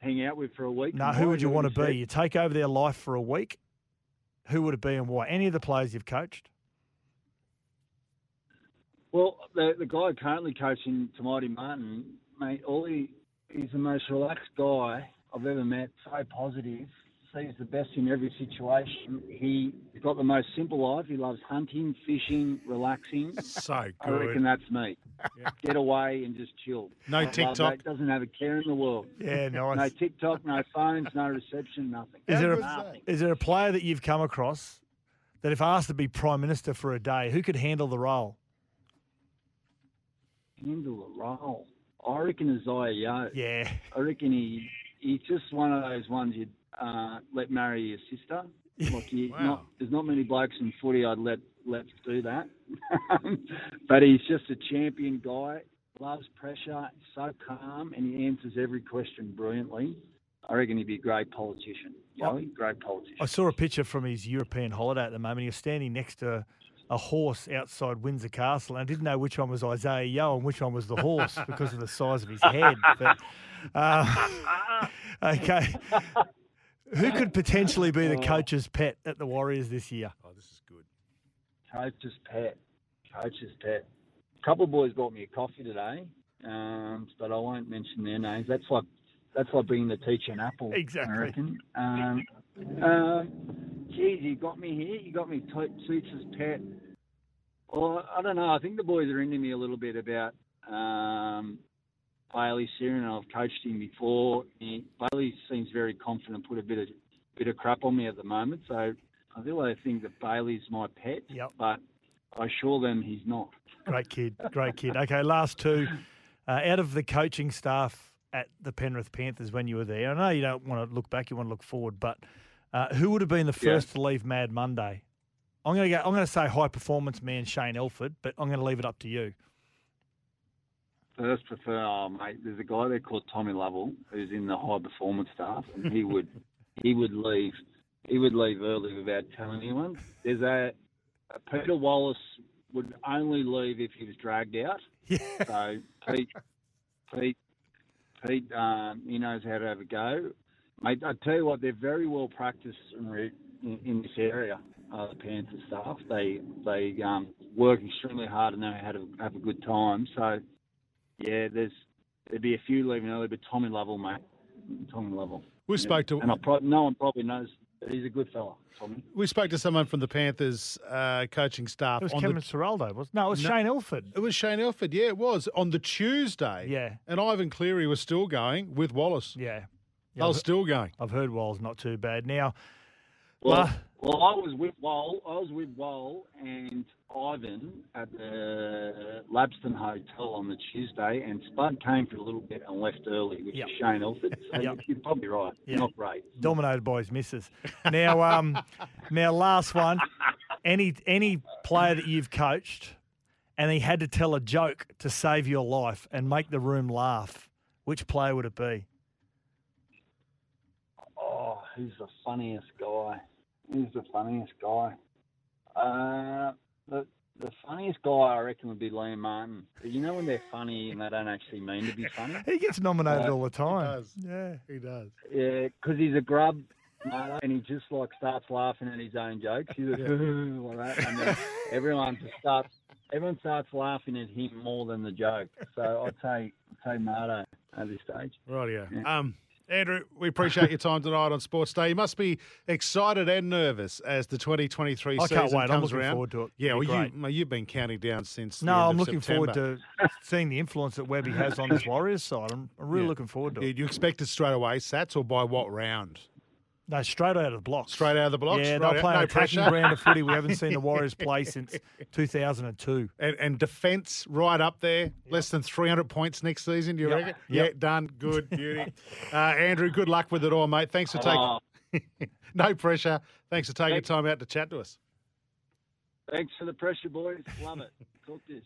Speaker 10: hang out with for a week?
Speaker 4: No,
Speaker 10: and
Speaker 4: who
Speaker 10: why?
Speaker 4: would you want to
Speaker 10: said-
Speaker 4: be? You take over their life for a week. Who would it be and why? Any of the players you've coached?
Speaker 10: Well, the, the guy currently coaching Tamati Martin, mate, all he, he's the most relaxed guy I've ever met. So positive, sees the best in every situation. He has got the most simple life. He loves hunting, fishing,
Speaker 4: (laughs)
Speaker 10: relaxing.
Speaker 3: So
Speaker 10: I reckon
Speaker 3: good.
Speaker 10: that's me. Get away and just chill.
Speaker 3: No
Speaker 10: I love
Speaker 3: TikTok.
Speaker 10: that. Doesn't have a care in the world. (laughs)
Speaker 4: Yeah, nice.
Speaker 10: No TikTok, no phones, no reception, nothing.
Speaker 4: Is there,
Speaker 10: Nothing.
Speaker 4: a, is there a player that you've come across that, if asked to be prime minister for a day, who could handle the role?
Speaker 10: handle a role. I reckon Isaiah Yo.
Speaker 4: Yeah.
Speaker 10: I reckon he he's just one of those ones you uh, let marry your sister. Like you, not, there's not many blokes in footy I'd let let do that. (laughs) but he's just a champion guy. Loves pressure. So calm, and he answers every question brilliantly. I reckon he'd be a great politician. Joey, great politician.
Speaker 4: I saw a picture from his European holiday at the moment. He was standing next to a horse outside Windsor Castle, and I didn't know which one was Isaiah Yo and which one was the (laughs) horse because of the size of his head. (laughs) But, uh, (laughs) okay. Who could potentially be the coach's pet at the Warriors Oh, this year?
Speaker 10: Coach's pet. Coach's pet. A couple of boys bought me a coffee today, um, but I won't mention their names. That's like that's like being the teacher an apple.
Speaker 4: Exactly.
Speaker 10: I reckon. Um, um, geez, you got me here. You got me to- teacher's pet. Or I don't know. I think the boys are into me a little bit about um, Bailey Siren. I've coached him before. He, Bailey seems very confident. Put a bit of bit of crap on me at the moment, so I really think that Bailey's my pet. Yep. But I assure them he's not.
Speaker 4: Great kid. Great kid. Okay, last two. Uh, out of the coaching staff at the Penrith Panthers when you were there, I know you don't want to look back, you want to look forward, but uh, who would have been the
Speaker 10: Yeah.
Speaker 4: first to leave Mad Monday? I'm going to go. I'm going to say high performance man Shane Elford, but I'm going to leave it up to you.
Speaker 10: First prefer, oh mate, there's a guy there called Tommy Lovell who's in the high performance staff, and he would he would leave he would leave early without telling anyone. There's a, a Peter Wallace would only leave if he was dragged
Speaker 3: (laughs)
Speaker 10: out. So Pete, Pete, Pete, um, he knows how to have a go. Mate, I tell you what, they're very well practiced in, re- in, in this area. Uh, the Panthers staff, they they um, work extremely hard and know how to have a good time. So yeah, there's there'd be a few leaving early, but Tommy Lovell, mate, Tommy Lovell.
Speaker 3: We spoke to-
Speaker 10: and I prob- no one probably knows, but he's a good fella, Tommy.
Speaker 3: We spoke to someone from the Panthers uh, coaching staff.
Speaker 4: It was
Speaker 3: on
Speaker 4: Cameron
Speaker 3: the,
Speaker 4: Seraldo, was no, it was Shane Elford.
Speaker 3: It was Shane Elford. Yeah, it was on the Tuesday.
Speaker 4: Yeah.
Speaker 3: and Ivan Cleary was still going with Wallace.
Speaker 4: Yeah,
Speaker 3: they were still going.
Speaker 4: I've heard Wall's not too bad now. uh,
Speaker 10: Well,
Speaker 4: la-
Speaker 10: well, I was with Wall, I was with Wall and Ivan at the Labston Hotel on the Tuesday, and Spud came for a little bit and left early, which
Speaker 4: Yep.
Speaker 10: is Shane Elford. So
Speaker 4: Yep.
Speaker 10: you're probably right.
Speaker 4: Yep.
Speaker 10: Not great.
Speaker 4: dominated by his misses. Now, um, now last one. Any any player that you've coached, and he had to tell a joke to save your life and make the room laugh. Which player would it be?
Speaker 10: Oh, who's the funniest guy? Who's the funniest guy? Uh, the the funniest guy I reckon would be Liam Martin. But you know when they're funny and they don't actually mean to be funny.
Speaker 4: He gets nominated
Speaker 10: Uh,
Speaker 4: all the time.
Speaker 3: Yeah, he does.
Speaker 10: Yeah, because he's a grub, mate, and he just like starts laughing at his own jokes. He's like, (laughs)
Speaker 4: Yeah.
Speaker 10: like that, and then everyone just starts everyone starts laughing at him more than the joke. So I'd say I'd say Marto at this stage.
Speaker 3: Right, yeah.
Speaker 10: Yeah.
Speaker 3: Um, Andrew, we appreciate your time tonight on Sports Day. You must be excited and nervous as the 2023
Speaker 4: I
Speaker 3: season
Speaker 4: can't wait. I'm
Speaker 3: comes
Speaker 4: looking
Speaker 3: around.
Speaker 4: forward to it.
Speaker 3: Yeah,
Speaker 4: It'll
Speaker 3: well,
Speaker 4: be
Speaker 3: you,
Speaker 4: great.
Speaker 3: mate, you've been counting down since. the
Speaker 4: No,
Speaker 3: end
Speaker 4: I'm
Speaker 3: of
Speaker 4: looking
Speaker 3: September.
Speaker 4: forward to seeing the influence that Webby has
Speaker 3: (laughs)
Speaker 4: on this Warriors side. I'm I'm really
Speaker 3: Yeah.
Speaker 4: looking forward to
Speaker 3: You,
Speaker 4: it.
Speaker 3: you expect it straight away, Sats, or by what round?
Speaker 4: No, straight out of the blocks.
Speaker 3: Straight out of the blocks.
Speaker 4: Yeah,
Speaker 3: right
Speaker 4: they'll
Speaker 3: out-
Speaker 4: play
Speaker 3: no
Speaker 4: an attacking
Speaker 3: pressure.
Speaker 4: brand of footy we haven't
Speaker 3: (laughs)
Speaker 4: seen the Warriors play since 2002.
Speaker 3: And, and defence right up there, less than 300 points next season, do you
Speaker 4: Yep.
Speaker 3: reckon?
Speaker 4: Yep.
Speaker 3: Yeah, done.
Speaker 11: (laughs)
Speaker 4: (laughs)
Speaker 3: Good, beauty. uh, Andrew, good luck with it all, mate. Thanks for taking. (laughs)
Speaker 10: Oh.
Speaker 3: no pressure. Thanks for taking
Speaker 10: Thanks.
Speaker 3: time out to chat to us.
Speaker 10: Thanks for the pressure, boys. Love it. Talk this.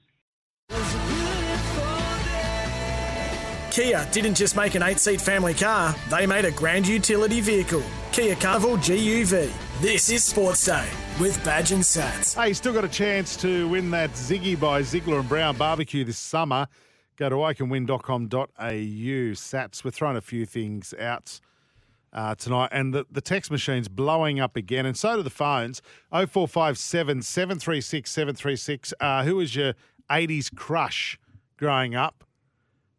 Speaker 2: Kia didn't just make an eight seat family car, they made a grand utility vehicle. Kia Carnival GUV. This is Sports Day with Badge and Sats.
Speaker 3: Hey, you still got a chance to win that Ziggy by Ziggler and Brown barbecue this summer. Go to iCanWin.com.au. Sats, we're throwing a few things out uh, tonight, and the, the text machine's blowing up again, and so do the phones. 0457 736 736. Uh, who was your 80s crush growing up?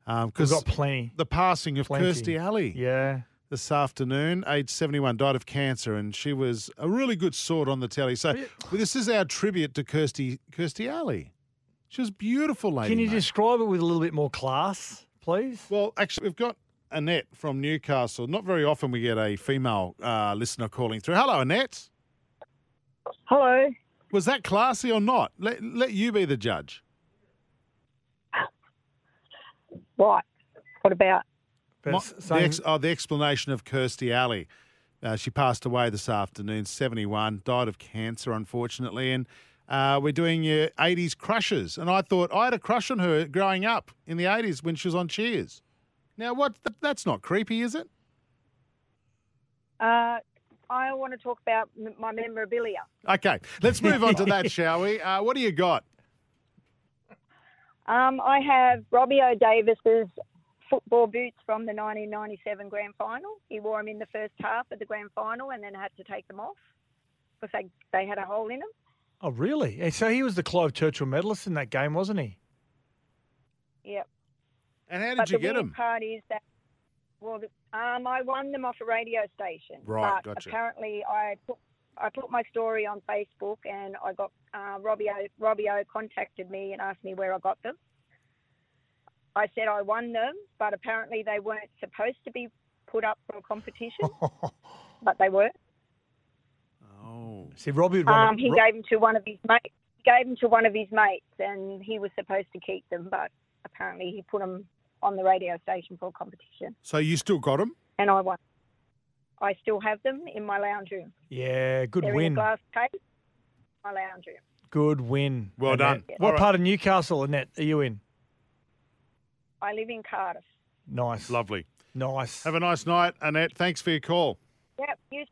Speaker 3: Um, Because
Speaker 4: got plenty.
Speaker 3: The passing of
Speaker 4: Plenty.
Speaker 3: Kirsty Alley
Speaker 4: Yeah.
Speaker 3: this afternoon, aged 71, died of cancer, and she was a really good sort on the telly. So well, this is our tribute to Kirsty Kirsty Alley. She was a beautiful lady.
Speaker 4: Can you
Speaker 3: mate.
Speaker 4: describe it with a little bit more class, please?
Speaker 3: Well, actually, we've got Annette from Newcastle. Not very often we get a female uh, listener calling through. Hello, Annette.
Speaker 12: Hello.
Speaker 3: Was that classy or not? Let, let you be the judge.
Speaker 12: Right. What about?
Speaker 3: My- the, ex- oh, the explanation of Kirsty Alley. Uh, she passed away this afternoon, 71, died of cancer, unfortunately. And uh, we're doing your 80s crushes. And I thought I had a crush on her growing up in the 80s when she was on Cheers. Now, what? Th- that's not creepy, is it?
Speaker 12: Uh, I want to talk about m- my memorabilia.
Speaker 3: Okay, let's move on to that, (laughs) shall we? Uh, what do you got?
Speaker 12: Um, I have Robbie O'Davis's football boots from the 1997 grand final. He wore them in the first half of the grand final and then had to take them off because they, they had a hole in them.
Speaker 4: Oh, really? Eh, So he was the Clive Churchill medalist in that game, wasn't he?
Speaker 12: Yep.
Speaker 3: And how did
Speaker 12: but
Speaker 3: you
Speaker 12: the
Speaker 3: get
Speaker 12: weird
Speaker 3: 'em?
Speaker 12: Part is that well, the- um, I won them off a radio station.
Speaker 3: Right,
Speaker 12: but
Speaker 3: gotcha.
Speaker 12: Apparently, I put I put my story on Facebook, and I got uh, Robbie O, Robbie O contacted me and asked me where I got them. I said I won them, but apparently they weren't supposed to be put up for
Speaker 3: (laughs)
Speaker 12: a competition, but they were.
Speaker 3: Oh.
Speaker 4: See, Robbie would want
Speaker 12: Um, he gave them to one of his mates. Gave them to one of his mates, and he was supposed to keep them, but apparently he put them on the radio station for a competition,
Speaker 3: So you still got them?
Speaker 12: and I won. I still have them in my lounge room.
Speaker 4: Yeah, good
Speaker 12: They're in a
Speaker 4: win.
Speaker 12: glass case. My lounge room.
Speaker 4: Good win.
Speaker 3: Well
Speaker 4: Annette.
Speaker 3: done.
Speaker 4: What
Speaker 3: All right.
Speaker 4: part of Newcastle, Annette, are you in?
Speaker 12: I live in Cardiff.
Speaker 4: Nice.
Speaker 3: Lovely.
Speaker 4: Nice.
Speaker 3: Have a nice night, Annette. Thanks for your call.
Speaker 12: Yep. You.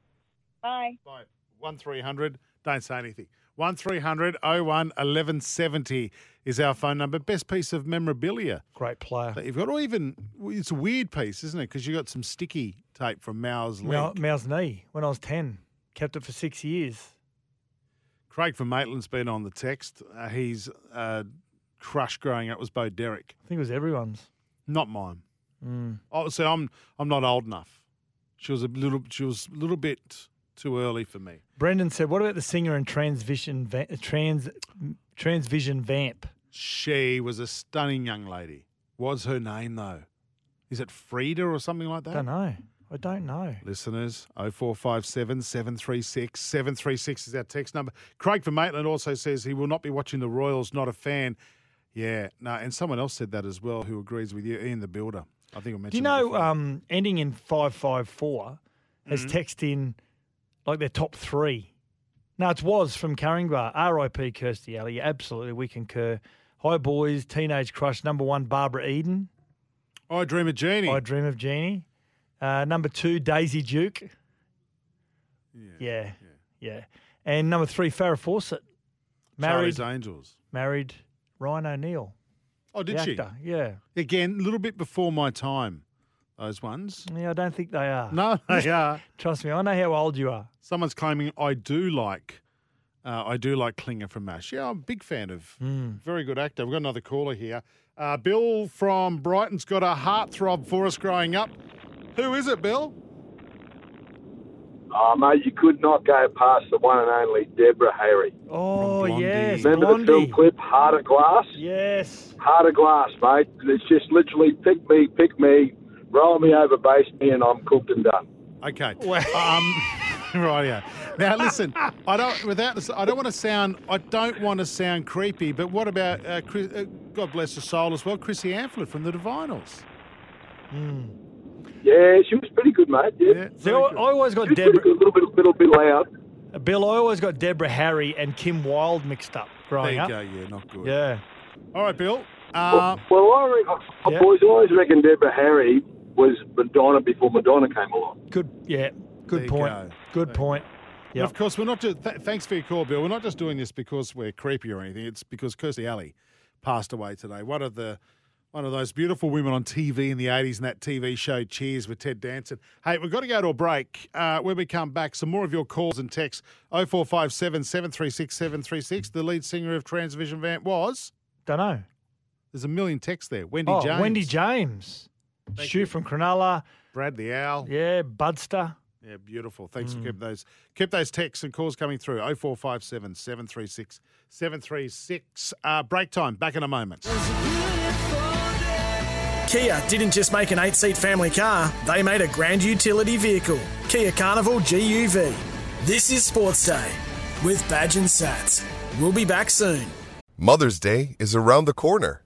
Speaker 12: Bye.
Speaker 3: Bye. One three hundred. Don't say anything. One 1170 is our phone number. Best piece of memorabilia
Speaker 4: Great player.
Speaker 3: that you've got, or even it's a weird piece, isn't it? Because you got some sticky tape from Mao's link.
Speaker 4: Mou- Mou's knee when I was 10. Kept it for six years.
Speaker 3: Craig from Maitland's been on the text. Uh, he's uh, crush growing up was Bo Derek,
Speaker 4: I think it was everyone's.
Speaker 3: not mine.
Speaker 4: Mm.
Speaker 3: Oh, so I'm I'm not old enough. She was a little she was a little bit too early for me.
Speaker 4: Brendan said, what about the singer and transvision va- trans transvision vamp?
Speaker 3: She was a stunning young lady. What's her name though? Is it Frida or something like that?
Speaker 4: don't know. I don't know.
Speaker 3: Listeners, 0457 736 736 is our text number. Craig from Maitland also says he will not be watching the Royals, not a fan. Yeah, no, and someone else said that as well who agrees with you, Ian the Builder. I think I mentioned
Speaker 4: Do you
Speaker 3: that
Speaker 4: know
Speaker 3: before.
Speaker 4: um, ending in 554
Speaker 3: Mm.
Speaker 4: has text in like their top three? No, it was from Carringbar. RIP Kirsty Alley. Absolutely, we concur. Hi, boys. Teenage Crush. Number one, Barbara Eden.
Speaker 3: I Dream of Jeannie.
Speaker 4: I Dream of Jeannie. Uh, number two, Daisy Duke. Yeah. Yeah. And number three, Farrah Fawcett. Married,
Speaker 3: Charlie's Angels.
Speaker 4: married Ryan O'Neill.
Speaker 3: Oh, did
Speaker 4: the
Speaker 3: she?
Speaker 4: actor, Yeah.
Speaker 3: Again, a little bit before my time, those ones.
Speaker 4: Yeah, I don't think they are.
Speaker 3: No, (laughs)
Speaker 4: (laughs)
Speaker 3: they are.
Speaker 4: Trust me, I know how old you are.
Speaker 3: Someone's claiming I do like, uh, I do like Klinger from Mash. Yeah, I'm a big fan of.
Speaker 4: Hmm.
Speaker 3: Very good actor. We've got another caller here. Uh, Bill from Brighton's got a heartthrob for us growing up. Who is it, Bill?
Speaker 13: Oh, mate, you could not go past the one and only Deborah Harry.
Speaker 4: Oh, yes.
Speaker 13: Remember
Speaker 4: Blondie.
Speaker 13: the film clip, Heart of Glass?
Speaker 4: Yes.
Speaker 13: Heart of Glass, mate. It's just literally pick me, pick me, roll me over, base me, and I'm cooked and done.
Speaker 3: Okay. (laughs) Um, (laughs) right here. Now listen, I don't without this, I don't want to sound I don't want to sound creepy, but what about uh, Chris, uh, God bless her soul as well, Chrissy Amphlett from the Divinals.
Speaker 13: Yeah, she was pretty good, mate. Yeah.
Speaker 4: See, I, I always got
Speaker 13: Pretty
Speaker 4: Deborah.
Speaker 13: good, little bit, little bit loud.
Speaker 4: Bill, I always got Deborah Harry and Kim Wilde mixed up growing
Speaker 3: there
Speaker 4: up.
Speaker 3: you go. Yeah, not good.
Speaker 4: Yeah. Um,
Speaker 3: All right, Bill. Uh,
Speaker 13: Well, I reckon, boys, I always reckon Deborah Harry was Madonna before Madonna came along.
Speaker 4: Good. Yeah. Good
Speaker 3: There you
Speaker 4: point.
Speaker 3: go.
Speaker 4: Good point.
Speaker 3: And
Speaker 4: Yep.
Speaker 3: Of course, we're not just. Th- thanks for your call, Bill. We're not just doing this because we're creepy or anything. It's because Kirstie Alley passed away today. One of the, one of those beautiful women on TV in the '80s, and that TV show Cheers with Ted Danson. Hey, we've got to go to a break. Uh, when we come back, some more of your calls and texts. 0457 736 736. The lead singer of Transvision Vamp was.
Speaker 4: Don't know.
Speaker 3: There's a million texts there. Wendy
Speaker 4: oh,
Speaker 3: James.
Speaker 4: Wendy James. Stu from Cronulla.
Speaker 3: Brad the Owl.
Speaker 4: Yeah, Budster. Mm.
Speaker 3: Yeah, beautiful. Thanks for keep those keep those texts and calls coming through. 0457 736 736. Uh, break time. Back in a moment.
Speaker 2: Kia didn't just make an eight seat family car, they made a grand utility vehicle, Kia Carnival GUV. This is Sports Day with Badge and Sats. We'll be back soon.
Speaker 9: Mother's Day is around the corner.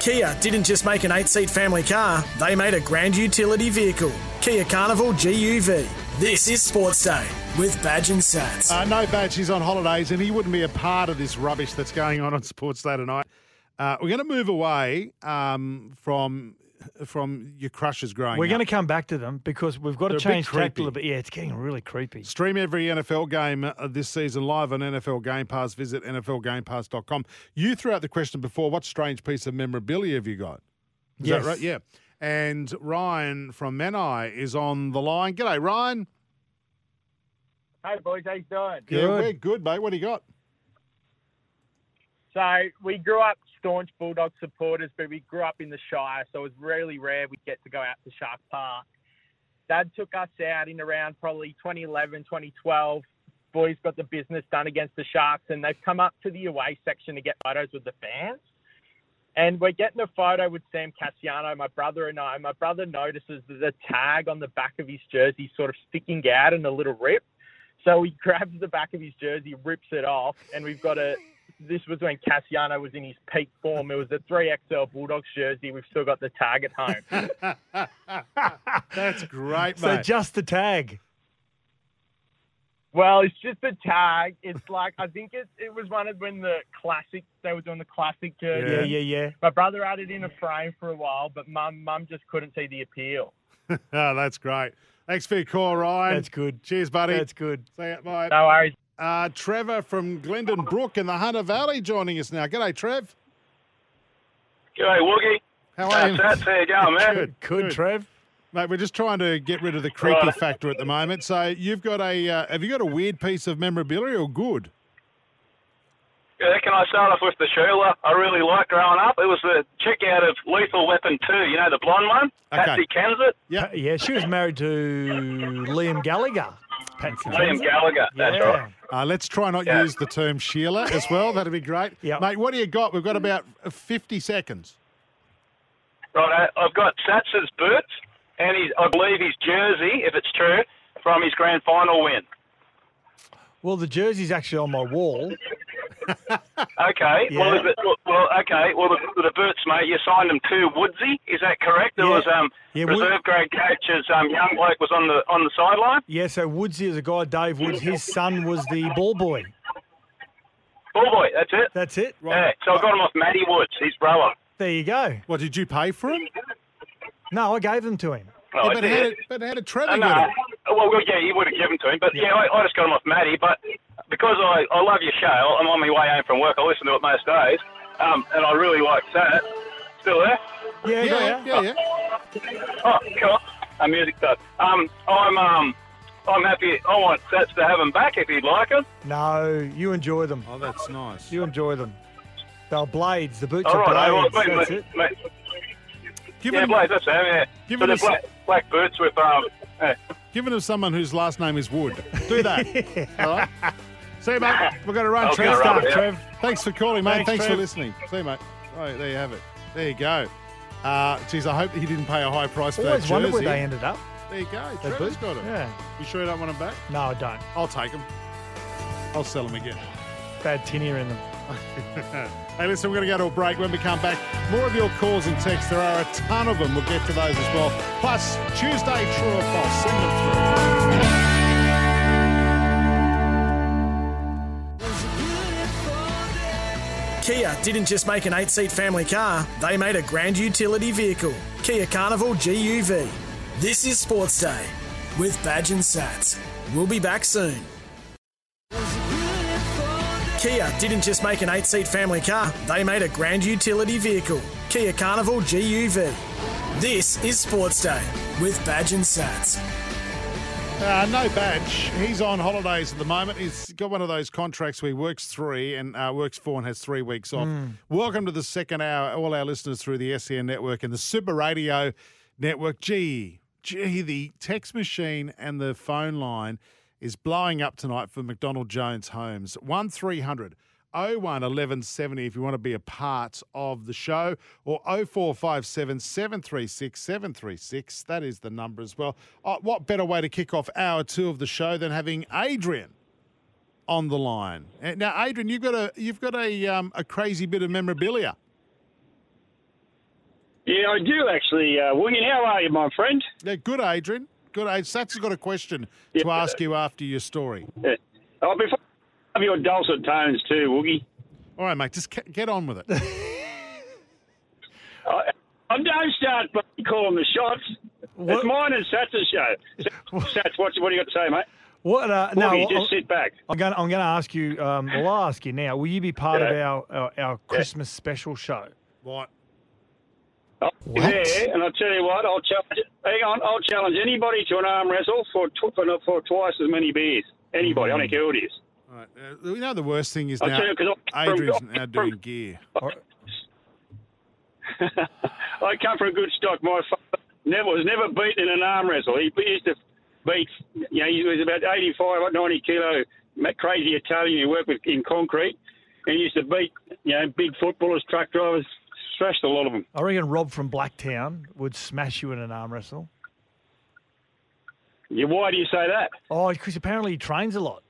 Speaker 2: Kia didn't just make an eight seat family car, they made a grand utility vehicle. Kia Carnival GUV. This is Sports Day with Badge and Sats.
Speaker 3: Uh, no badge. He's on holidays, and he wouldn't be a part of this rubbish that's going on on Sports Day tonight. Uh, we're going to move away um, from from your crushes growing.
Speaker 4: We're
Speaker 3: up.
Speaker 4: going to come back to them because we've got
Speaker 3: They're a
Speaker 4: to
Speaker 3: bit
Speaker 4: change tack
Speaker 3: creepy.
Speaker 4: a little bit. Yeah, it's getting really creepy.
Speaker 3: Stream every NFL game uh, this season live on NFL Game Pass. Visit NFLGamePass.com. You threw out the question before what strange piece of memorabilia have you got? Is
Speaker 4: Yes.
Speaker 3: that right? Yeah. And Ryan from Menai is on the line. G'day, Ryan.
Speaker 11: Hey boys, how you doing?
Speaker 3: Yeah, we're good, mate. What do you got? (laughs)
Speaker 11: So we grew up staunch Bulldog supporters, but we grew up in the Shire, so it was really rare we'd get to go out to Shark Park. Dad took us out in around probably 2011, 2012. Boys got the business done against the Sharks, and they've come up to the away section to get photos with the fans. And we're getting a photo with Sam Cassiano, my brother and I. My brother notices there's a tag on the back of his jersey sort of sticking out and a little rip. So he (laughs) grabs the back of his jersey, rips it off, and we've got a. This was when Cassiano was in his peak form. It was a 3XL Bulldogs jersey. We've still got the tag at home.
Speaker 3: (laughs) That's great,
Speaker 4: So
Speaker 11: mate.
Speaker 4: just the tag.
Speaker 11: Well, it's just a tag. It's like I think it, it was one of when the classic they were doing the classic jersey.
Speaker 4: Yeah, yeah, yeah.
Speaker 11: My brother had it in a frame for a while, but mum mum just couldn't see the appeal.
Speaker 3: oh, that's great. Thanks for your call, Ryan. That's good. Cheers, buddy.
Speaker 11: That's
Speaker 4: good.
Speaker 3: See ya, bye.
Speaker 11: No worries.
Speaker 3: Uh, Trevor from Glendon Brook in the Hunter Valley joining us now. G'day, Trev.
Speaker 14: G'day, Woogie.
Speaker 3: How are you?
Speaker 14: That's, that's how you going, man?
Speaker 4: Trev.
Speaker 3: Mate, we're just trying to get rid of the creepy
Speaker 14: Right.
Speaker 3: factor at the moment. So you've got a uh, have you got a weird piece of memorabilia or good?
Speaker 14: Yeah, can I start off with the Shula? I really liked growing up. It was the chick out of Lethal Weapon 2, you know, the blonde one?
Speaker 4: Okay.
Speaker 14: Patsy Kensit?
Speaker 3: Yeah,
Speaker 4: Uh, yeah. She was married to Liam Gallagher. Patsy
Speaker 14: Liam
Speaker 4: Kensit.
Speaker 14: Gallagher, that's
Speaker 4: Yeah.
Speaker 14: right.
Speaker 3: Uh, let's try not
Speaker 4: Yeah.
Speaker 3: use the term Sheila as well. That'd be great. Mate, what do you got? We've got about 50 seconds.
Speaker 14: Right, uh, I've got Satz's boots and his, I believe his jersey, if it's true, from his grand final
Speaker 4: (laughs)
Speaker 14: win.
Speaker 4: Well, the jersey's actually on my wall.
Speaker 14: Okay, well,
Speaker 4: Yeah.
Speaker 14: is it, well, okay, well, the, the boots, mate, you signed him to Woodsy, is that correct? There
Speaker 4: Yeah.
Speaker 14: was um,
Speaker 4: Yeah, Wood-
Speaker 14: reserve grade coach's um, young bloke was on the on the sideline.
Speaker 4: Yeah, so Woodsy is a guy, Dave Woods. His son was the ball boy.
Speaker 14: Ball boy, that's it.
Speaker 4: That's it.
Speaker 14: Yeah, so I got him off Matty Woods, his brother.
Speaker 4: There you go.
Speaker 3: What, did you pay for him?
Speaker 4: No, I gave them to him.
Speaker 14: Oh, I
Speaker 3: but,
Speaker 14: did.
Speaker 3: how did, but how did Trevor
Speaker 14: Uh, no.
Speaker 3: get it?
Speaker 14: Well, well, yeah, you would have given to him, but yeah, I, I just got him off Matty. But because I, I love your show, I'm on my way home from work. I listen to it most days, um, and I really like that. Still there?
Speaker 4: Yeah, yeah,
Speaker 3: yeah. yeah.
Speaker 14: Oh, cool. A music stud. Um, I'm um, I'm happy. I want Sats to have him back if he'd like him.
Speaker 4: No, you enjoy them.
Speaker 3: Oh, that's nice.
Speaker 4: You enjoy them. They're blades. The boots
Speaker 14: All
Speaker 4: are
Speaker 14: right,
Speaker 4: blades.
Speaker 14: mate,
Speaker 4: That's
Speaker 14: mate,
Speaker 4: it.
Speaker 14: mate.
Speaker 3: Give
Speaker 14: yeah,
Speaker 3: him-
Speaker 14: Blaze, that's him. Yeah,
Speaker 3: give
Speaker 14: so
Speaker 3: him
Speaker 14: the
Speaker 3: a s-
Speaker 14: black, black boots with um. yeah.
Speaker 3: Given us someone whose last name is Wood. Do that.
Speaker 4: (laughs)
Speaker 3: All right. See
Speaker 14: (laughs)
Speaker 3: you, mate. We're going to run,
Speaker 14: I'll
Speaker 3: Trev.
Speaker 14: get a rubber,
Speaker 3: Stuff,
Speaker 14: yeah.
Speaker 3: Trev. Thanks for calling, mate.
Speaker 14: Thanks,
Speaker 3: Thanks, for
Speaker 14: Trev.
Speaker 3: listening. See you, mate. All right, there you have it. There you go. Uh, geez, I hope he didn't pay a high price for
Speaker 4: Always
Speaker 3: that
Speaker 4: wondered where
Speaker 3: jersey.
Speaker 4: they ended up.
Speaker 3: There you go.
Speaker 4: They
Speaker 3: Trevor's
Speaker 4: boot-
Speaker 3: got it.
Speaker 4: Yeah.
Speaker 3: You sure you don't want him back?
Speaker 4: No, I don't.
Speaker 3: I'll take him. I'll sell him again.
Speaker 4: Bad tinea in them.
Speaker 3: (laughs) hey, listen, we're going to go to a break. When we come back, more of your calls and texts. There are a ton of them. We'll get to those as well. Plus, Tuesday, true or false. Send them through.
Speaker 2: Kia didn't just make an eight seat family car, they made a grand utility vehicle. Kia Carnival GUV. This is Sports Day with Badge and Sats. We'll be back soon. Kia didn't just make an eight seat family car, they made a grand utility vehicle. Kia Carnival GUV. This is Sports Day with Badge and Sats.
Speaker 3: Uh, no badge. He's on holidays at the moment. He's got one of those contracts where he works three and uh, works four and has three weeks off.
Speaker 4: Mm.
Speaker 3: Hmm. Welcome to the E second hour, all our listeners through the SEN network and the Super Radio network. Gee, gee, the text machine and the phone line is blowing up tonight for McDonald Jones Homes. 1300 01 1170 if you want to be a part of the show, or 0457 736 736. That is the number as well. Uh, what better way to kick off hour two of the show than having Adrian? On the line Uh, now, Adrian, you've got a you've got a um, a crazy bit of memorabilia.
Speaker 15: Yeah, I do actually. Uh, Winging, how are you, my friend?
Speaker 3: Yeah, good, Adrian. Good, Adrian. Sat's got a question to ask you after your story.
Speaker 15: Yeah. Oh, before I have your dulcet tones too, Woogie.
Speaker 3: All right, mate, just ca- get on
Speaker 15: (laughs)
Speaker 3: with it. Uh,
Speaker 15: I, I don't start bloody calling the shots. It's mine and Sats'
Speaker 4: (laughs)
Speaker 15: show. Sats, what, what do you got to say, mate?
Speaker 4: What? Uh, no,
Speaker 15: Woogie,
Speaker 4: I'll-
Speaker 15: just sit back.
Speaker 4: I'm going. I'm going to ask you. Um, well, I'll ask you now. Will you be part of
Speaker 15: Yeah.
Speaker 4: our our, our Christmas special show?
Speaker 3: What?
Speaker 15: Yeah, and I tell you what, I'll challenge. Hang on, I'll challenge anybody to an arm wrestle for tw- for, for twice as many beers. Anybody, I don't care who it is.
Speaker 3: All right, uh, you know the worst thing is
Speaker 15: I'll
Speaker 3: now
Speaker 15: tell you, 'cause I'm from-
Speaker 3: Adrian's now doing gear.
Speaker 15: I come from a good stock. My father never was never beaten in an arm wrestle. He used to beat, you know, he was about 85 or 90 kilo ma- crazy Italian who worked with in concrete, and he used to beat, you know, big footballers, truck drivers, thrashed a lot of them.
Speaker 4: I reckon Rob from Blacktown would smash you in an arm wrestle.
Speaker 15: Yeah, why do you say that?
Speaker 4: Oh, because apparently he trains a lot.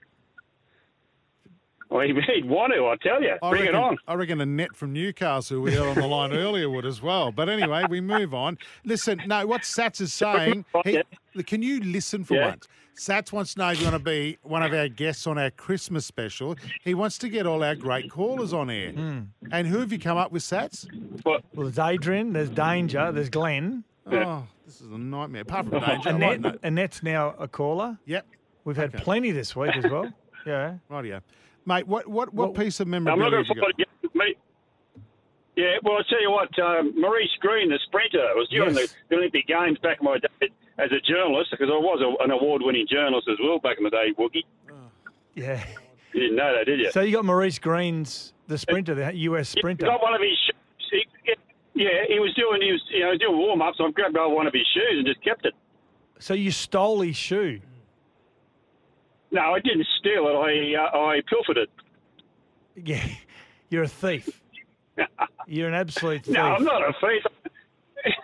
Speaker 15: Well, (laughs) he'd want to, I tell you. Bring
Speaker 3: reckon,
Speaker 15: it on.
Speaker 3: I reckon a net from Newcastle we had on
Speaker 15: (laughs)
Speaker 3: the line earlier would as well. But anyway, we move on. Listen, no, what Sats
Speaker 15: (laughs)
Speaker 3: is saying, he- can you listen for
Speaker 15: Yeah.
Speaker 3: once? Sats wants to know if you want to be one of our guests on our Christmas special. He wants to get all our great callers on air.
Speaker 4: Hmm.
Speaker 3: And who have you come up with, Sats?
Speaker 15: Well,
Speaker 4: there's Adrian, there's Danger, there's Glenn.
Speaker 3: Oh, this is a nightmare. Apart from danger, I like
Speaker 4: Annette,
Speaker 3: that.
Speaker 4: Annette's now a caller.
Speaker 3: Yep.
Speaker 4: We've had plenty this week as well. Yeah.
Speaker 3: Right, yeah. Mate, (laughs) what, what, what piece of
Speaker 15: I'm looking
Speaker 3: memorabilia have you got?
Speaker 15: forward to getting to meet. Yeah, well, I'll tell you what, um, Maurice Green, the sprinter, was doing
Speaker 4: Yes.
Speaker 15: the, the Olympic Games back in my day as a journalist, because I was a, an award winning journalist as well back in the day, Wookie.
Speaker 4: Yeah.
Speaker 15: You didn't know that, did you?
Speaker 4: So you got Maurice Green's the sprinter, the US sprinter.
Speaker 15: Got one of his shoes. He, yeah, he was doing he was, you know, doing warm ups. I grabbed hold of one of his shoes and just kept it.
Speaker 4: So you stole his shoe.
Speaker 15: No, I didn't steal it. I uh, I pilfered it.
Speaker 4: Yeah. You're
Speaker 15: (laughs)
Speaker 4: a thief. You're an absolute thief.
Speaker 15: No, I'm not a thief. (laughs)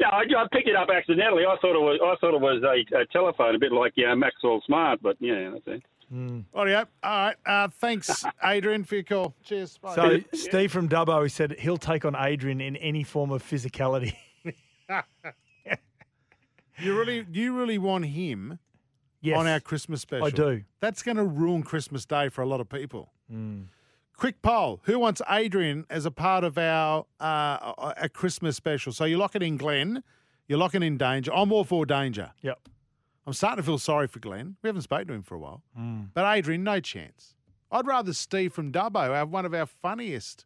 Speaker 15: no, I, I picked it up accidentally. I thought it was I thought it was a, a telephone, a bit like you know, Maxwell Smart, but yeah, that's it.
Speaker 3: Rightio. All right.
Speaker 15: (laughs)
Speaker 3: Uh, thanks, Adrian, for your call. Cheers. Bye.
Speaker 4: So Steve from Dubbo he said he'll take on Adrian in any form of physicality.
Speaker 3: (laughs) you really, you really want him
Speaker 4: Yes.
Speaker 3: on our Christmas special?
Speaker 4: I do.
Speaker 3: That's going to ruin Christmas Day for a lot of people. Quick poll: Who wants Adrian as a part of our uh, a Christmas special? So you're locking in Glenn. You're locking in Danger. I'm all for Danger.
Speaker 4: Yep.
Speaker 3: I'm starting to feel sorry for Glenn. We haven't spoken to him for a while. But Adrian, no chance. I'd rather Steve from Dubbo have one of our funniest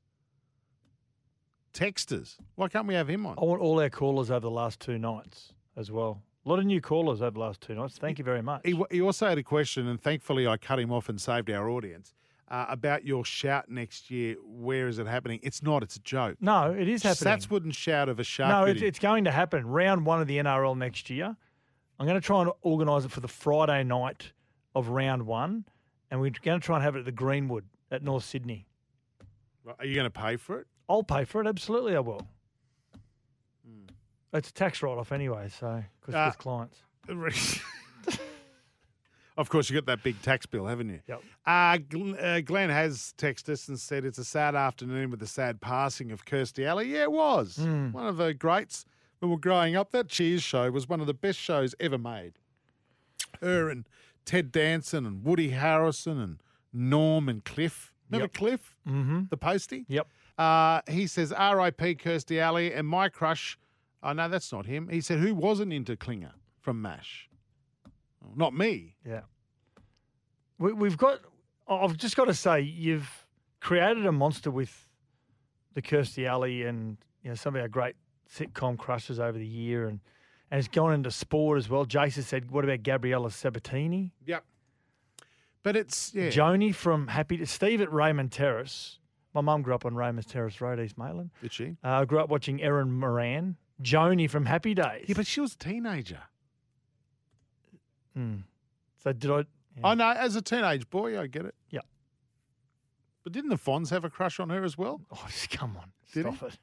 Speaker 3: texters. (laughs) Why can't we have him on?
Speaker 4: I want all our callers over the last two nights as well. A lot of new callers over the last two nights. Thank you very much.
Speaker 3: He, he also had a question, and thankfully I cut him off and saved our audience uh, about your shout next year. Where is it happening? It's not. It's a joke.
Speaker 4: No, it is happening.
Speaker 3: Sats wouldn't shout of a shark.
Speaker 4: No, it's,
Speaker 3: bidding.
Speaker 4: it's going to happen. Round one of the NRL next year. I'm going to try and organise it for the Friday night of round one, and we're going to try and have it at the Greenwood at North Sydney.
Speaker 3: Are you going to pay for it?
Speaker 4: I'll pay for it. Absolutely, I will.
Speaker 3: Hmm.
Speaker 4: It's a tax write-off anyway, so because
Speaker 3: Ah.
Speaker 4: clients.
Speaker 3: Of course, you got that big tax bill, haven't you?
Speaker 4: Yep.
Speaker 3: (laughs) Uh, Gl- uh, Glenn has texted us and said it's a sad afternoon with the sad passing of Kirsty Alley. Yeah, it was. One of her greats. When we were growing up, that Cheers show was one of the best shows ever made. Her and Ted Danson and Woody Harrison and Norm and Cliff. Remember Cliff?
Speaker 4: Mm-hmm.
Speaker 3: The postie?
Speaker 4: Yep.
Speaker 3: Uh, he says, R.I.P. Kirsty Alley and my crush. Oh, no, that's not him. He said, Who wasn't into Klinger from MASH? Not me.
Speaker 4: Yeah. We, we've got. I- I've just got to say, you've created a monster with the Kirsty Alley and you know some of our great sitcom crushes over the year, and and it's gone into sport as well. Jason said, "What about Gabriella Sabatini,
Speaker 3: Yep. But it's yeah.
Speaker 4: Joni from Happy to Steve at Raymond Terrace? My mum grew up on Raymond Terrace Road, East Maitland.
Speaker 3: Did she?
Speaker 4: Uh, grew up watching Erin Moran, Joni from Happy Days.
Speaker 3: Yeah, but she was a teenager.
Speaker 4: Mm. So did I?
Speaker 3: I know, as a teenage boy, I get it.
Speaker 4: Yeah.
Speaker 3: But didn't the Fonz have a crush on her as well?
Speaker 4: Oh, just come on.
Speaker 3: Did
Speaker 4: Stop it.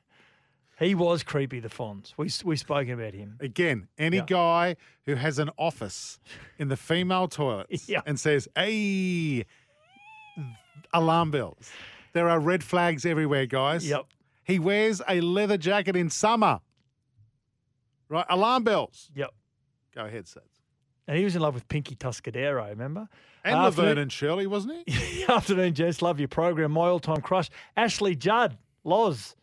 Speaker 4: He was creepy, the Fonz. We we spoke about him.
Speaker 3: Again, any
Speaker 4: Yeah.
Speaker 3: guy who has an office in the
Speaker 4: (laughs)
Speaker 3: female toilets and says, hey, alarm bells. There are red flags everywhere, guys. Yep. He wears a leather jacket in summer. Right? Alarm bells.
Speaker 4: Yep.
Speaker 3: Go ahead, Sats.
Speaker 4: And he was in love with Pinky Tuscadero, remember?
Speaker 3: And
Speaker 4: Afternoon-
Speaker 3: Laverne and Shirley, wasn't he?
Speaker 4: (laughs) Afternoon, Jess. Love your program. My all time crush, Ashley Judd, Loz.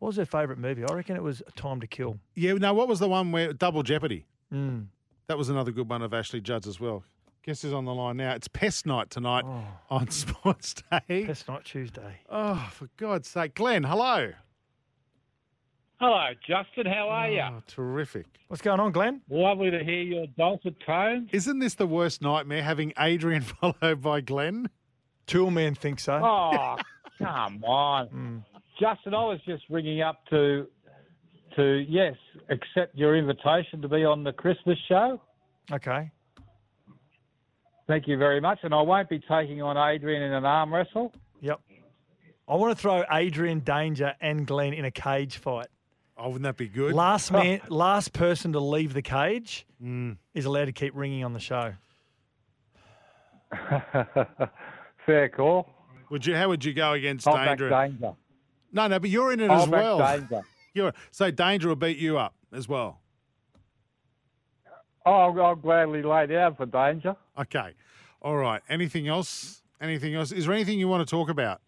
Speaker 4: What was her favourite movie? I reckon it was Time to Kill.
Speaker 3: yeah, no, what was the one where Double Jeopardy?
Speaker 4: Mm.
Speaker 3: That was another good one of Ashley Judd's as well. Guess who's on the line now? It's Pest Night tonight on Sports Day.
Speaker 4: Pest Night Tuesday.
Speaker 3: Oh, for God's sake. Glenn, hello.
Speaker 16: Hello, Justin. How are you?
Speaker 3: Oh, Terrific.
Speaker 4: What's going on, Glenn?
Speaker 16: Lovely to hear your dulcet tones.
Speaker 3: Isn't this the worst nightmare having Adrian (laughs) followed by Glenn?
Speaker 4: Tool man thinks so.
Speaker 16: Oh, (laughs) come on,
Speaker 3: Mm.
Speaker 16: Justin. I was just ringing up to to yes, accept your invitation to be on the Christmas show.
Speaker 4: Okay.
Speaker 16: Thank you very much, and I won't be taking on Adrian in an arm wrestle.
Speaker 4: Yep. I want to throw Adrian Danger and Glenn in a cage fight.
Speaker 3: Oh, wouldn't that be
Speaker 16: (laughs)
Speaker 3: good?
Speaker 4: Last man, last person to leave the cage
Speaker 3: Mm.
Speaker 4: is allowed to keep ringing on the show.
Speaker 16: (laughs) Fair call.
Speaker 3: Would you? How would you go against
Speaker 16: I'll back
Speaker 3: Danger?
Speaker 16: Danger.
Speaker 3: No, no, but you're in it
Speaker 16: I'll
Speaker 3: as
Speaker 16: back
Speaker 3: well.
Speaker 16: Danger.
Speaker 3: (laughs) You're so Danger will beat you up as well.
Speaker 16: Oh, I'll, I'll gladly lay down for Danger.
Speaker 3: Okay, all right. Anything else? Anything else? Is there anything you want to talk about?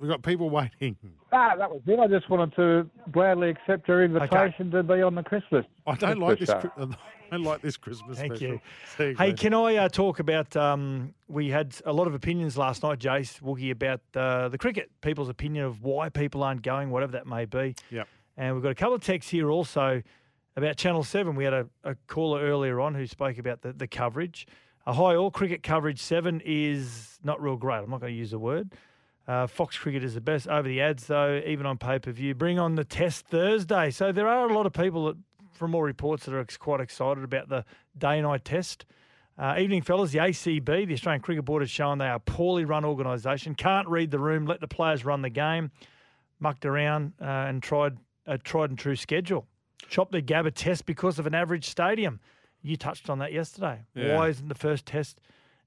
Speaker 3: We've got people (laughs) waiting.
Speaker 16: Ah, that was it. I just wanted to gladly accept your invitation to be on the Christmas.
Speaker 3: I don't
Speaker 16: Christmas
Speaker 3: like this.
Speaker 16: show.
Speaker 3: Chri- (laughs) I don't like this Christmas
Speaker 4: Thank
Speaker 3: special.
Speaker 4: you.
Speaker 3: See you,
Speaker 4: Hey,
Speaker 3: Glenn.
Speaker 4: can I uh, talk about? Um, we had a lot of opinions last night, Jace Wookie, about uh, the cricket. People's opinion of why people aren't going, whatever that may be.
Speaker 3: Yep.
Speaker 4: And we've got a couple of texts here also about Channel Seven. We had a, a caller earlier on who spoke about the, the coverage. A high all cricket coverage seven is not real great. I'm not going to use the word. Uh, Fox Cricket is the best over the ads though, even on pay per view. Bring on the test Thursday. So there are a lot of people that, from all reports, that are ex- quite excited about the day night test. Uh, evening, fellas. The ACB, the Australian Cricket Board, has shown they are a poorly run organisation. Can't read the room. Let the players run the game. Mucked around uh, and tried a tried and true schedule. Chopped the Gabba test because of an average stadium. You touched on that yesterday.
Speaker 3: Yeah.
Speaker 4: Why isn't the first test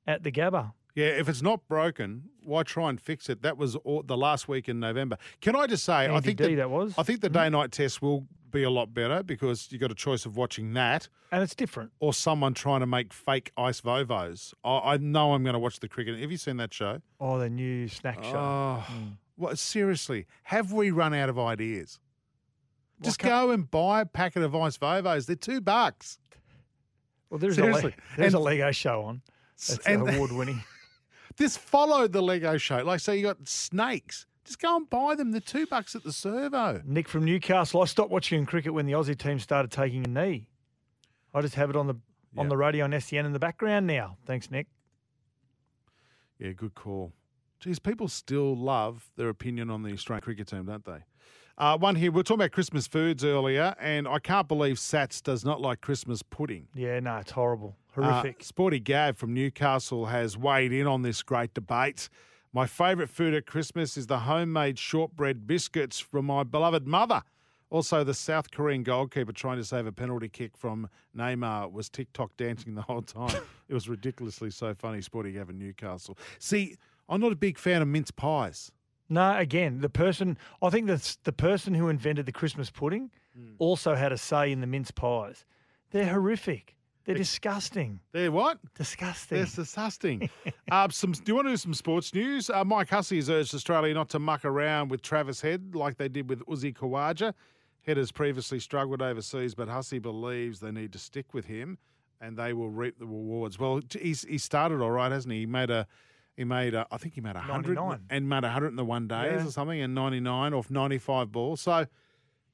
Speaker 4: at the Gabba?
Speaker 3: Yeah, if it's not broken, why try and fix it? That was all, the last week in November. Can I just say, I
Speaker 4: Andy
Speaker 3: think
Speaker 4: D,
Speaker 3: the,
Speaker 4: that was. Hmm?
Speaker 3: I think the day night test will be a lot better because you got a choice of watching that
Speaker 4: And it's different.
Speaker 3: or someone trying to make fake ice vovos. I, I know I'm going to watch the cricket. Have you seen that show?
Speaker 4: Oh, the new snack show. Mm.
Speaker 3: Oh, what seriously? Have we run out of ideas? Just go and buy a packet of ice vovos. They're two bucks.
Speaker 4: Well, there's a
Speaker 3: seriously,
Speaker 4: Le- there's a
Speaker 3: And-
Speaker 4: Lego show on. That's
Speaker 3: and-
Speaker 4: award winning.
Speaker 3: This followed the Lego show. Like, so you got snakes. Just go and buy (laughs) them. They're two bucks at the servo.
Speaker 4: Nick from Newcastle. I stopped watching cricket when the Aussie team started taking a knee. I just have it on the on the radio on SEN in the background now. Thanks, Nick.
Speaker 3: Yeah, good call. Geez, people still love their opinion on the Australian cricket team, don't they? Uh, one here, we are talking about Christmas foods earlier, and I can't believe Sats does not like Christmas pudding.
Speaker 4: Yeah, no, it's horrible,
Speaker 3: Uh,
Speaker 4: horrific.
Speaker 3: Sporty Gav from Newcastle has weighed in on this great debate. My favourite food at Christmas is the homemade shortbread biscuits from my beloved mother. Also, the South Korean goalkeeper trying to save a penalty kick from Neymar was TikTok dancing the whole time. it was ridiculously so funny, Sporty Gav in Newcastle. See, I'm not a big fan of mince pies.
Speaker 4: No, again, the person I think that's the person who invented the Christmas pudding
Speaker 3: Hmm.
Speaker 4: also had a say in the mince pies. They're horrific. They're disgusting.
Speaker 3: They're what?
Speaker 4: Disgusting.
Speaker 3: They're disgusting. (laughs) uh, some, do you want to do some sports news? Uh, Mike Hussey has urged Australia not to muck around with Travis Head like they did with Uzi Kawaja. Head has previously struggled overseas, but Hussey believes they need to stick with him and they will reap the rewards. Well, t- he's, he started all right, hasn't he? He made a, he made a, I think he made a hundred
Speaker 4: 99.
Speaker 3: and made a hundred in the one days
Speaker 4: Yeah.
Speaker 3: or something, and ninety nine off ninety five balls. So,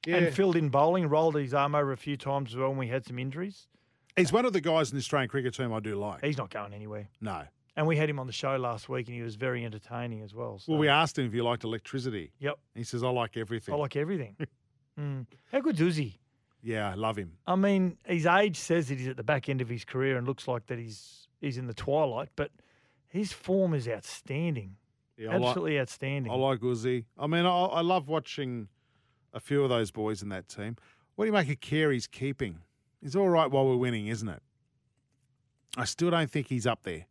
Speaker 3: yeah,
Speaker 4: And filled in bowling, rolled his arm over a few times as well when we had some injuries.
Speaker 3: he's one of the guys in the Australian cricket team I do like.
Speaker 4: He's not going anywhere.
Speaker 3: No,
Speaker 4: And we had him on the show last week and he was very entertaining as well. So.
Speaker 3: well, we asked him if he liked electricity.
Speaker 4: Yep.
Speaker 3: (laughs) He says, I like everything.
Speaker 4: I like everything. mm. Hmm. How good's Uzi?
Speaker 3: Yeah, I love him.
Speaker 4: I mean, his age says that he's at the back end of his career and looks like that he's he's in the twilight, but his form is outstanding.
Speaker 3: Yeah, I like-
Speaker 4: Absolutely outstanding.
Speaker 3: I like Uzi. I mean, I, I love watching a few of those boys in that team. What do you make of Carey's keeping? He's all right while we're winning, isn't it? I still don't think he's up there.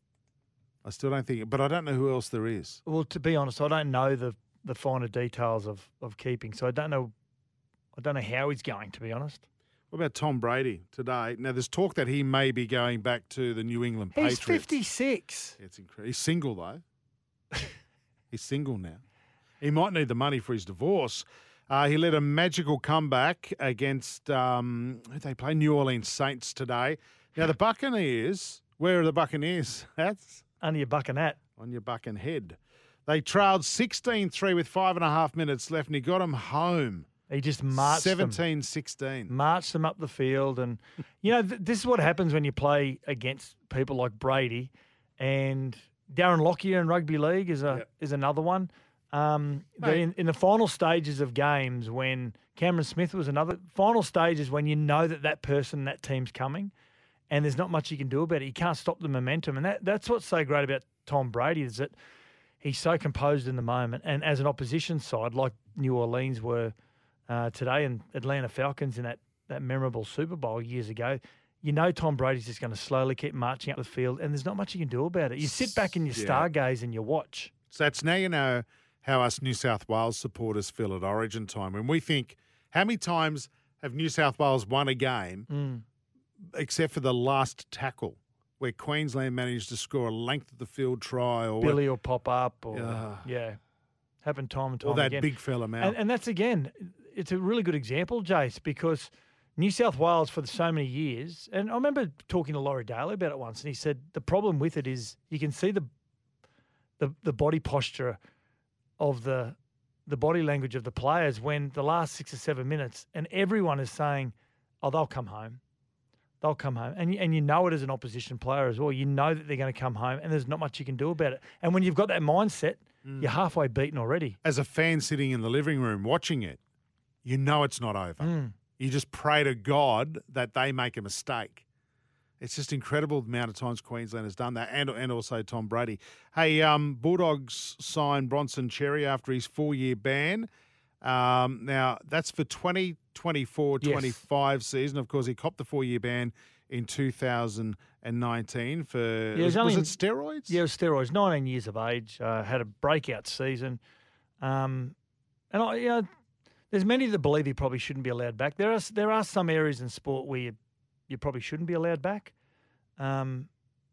Speaker 3: I still don't think, but I don't know who else there is.
Speaker 4: Well, to be honest, I don't know the the finer details of of keeping, so I don't know. I don't know how he's going. To be honest,
Speaker 3: What about Tom Brady today? Now, there's talk that he may be going back to the New England
Speaker 4: he's
Speaker 3: Patriots.
Speaker 4: fifty six.
Speaker 3: It's incredible. He's single
Speaker 4: (laughs)
Speaker 3: though. He's single now. He might need the money for his divorce. Uh, he led a magical comeback against um, who they play New Orleans Saints today. Now the Buccaneers. Where are the Buccaneers? (laughs) That's
Speaker 4: on your buccanet.
Speaker 3: On your bucking head. They trailed 16-3 with five and a half minutes left, and he got them home.
Speaker 4: He just marched them.
Speaker 3: 17-16.
Speaker 4: Marched them up the field, and (laughs) you know th- this is what happens when you play against people like Brady and Darren Lockyer in rugby league is a is another one. Um, they're
Speaker 3: Mate.
Speaker 4: in, in the final stages of games, when Cameron Smith was another final stages when you know that that person, that team's coming, and there's not much you can do about it. You can't stop the momentum, and that, that's what's so great about Tom Brady is that he's so composed in the moment. And as an opposition side, like New Orleans were uh, today, and Atlanta Falcons in that that memorable Super Bowl years ago, you know Tom Brady's just going to slowly keep marching up the field, and there's not much you can do about it. You sit back and you
Speaker 3: Yeah.
Speaker 4: stargaze and you watch.
Speaker 3: So that's now you know how us New South Wales supporters feel at Origin time when we think how many times have New South Wales won a game except for the last tackle where Queensland managed to score a length of the field try or
Speaker 4: Billy will pop up, or
Speaker 3: Yeah.
Speaker 4: yeah, happened time and time
Speaker 3: or that
Speaker 4: again.
Speaker 3: big fella Mal.
Speaker 4: And, and that's again, it's a really good example, Jace, because New South Wales for so many years, and I remember talking to Laurie Daly about it once, and he said the problem with it is you can see the the, the body posture of the the body language of the players when the last six or seven minutes, and everyone is saying, "Oh, they'll come home." They'll come home, and you, and you know it as an opposition player as well. You know that they're going to come home, and there's not much you can do about it. And when you've got that mindset, you're halfway beaten already.
Speaker 3: As a fan sitting in the living room watching it, you know it's not over.
Speaker 4: Hmm.
Speaker 3: You just pray to God that they make a mistake. It's just incredible the amount of times Queensland has done that, and and also Tom Brady. Hey, um, Bulldogs sign Bronson Cherry after his four-year ban. Um, now that's for 2024-25
Speaker 4: Yes.
Speaker 3: season. Of course, he copped the four-year ban in 2019 for
Speaker 4: Yeah,
Speaker 3: was,
Speaker 4: was only-
Speaker 3: it steroids?
Speaker 4: Yeah, it was steroids. 19 years of age, uh, had a breakout season. Um, and I, you know, there's many that believe he probably shouldn't be allowed back. There are s- there are some areas in sport where you, you probably shouldn't be allowed back. Um,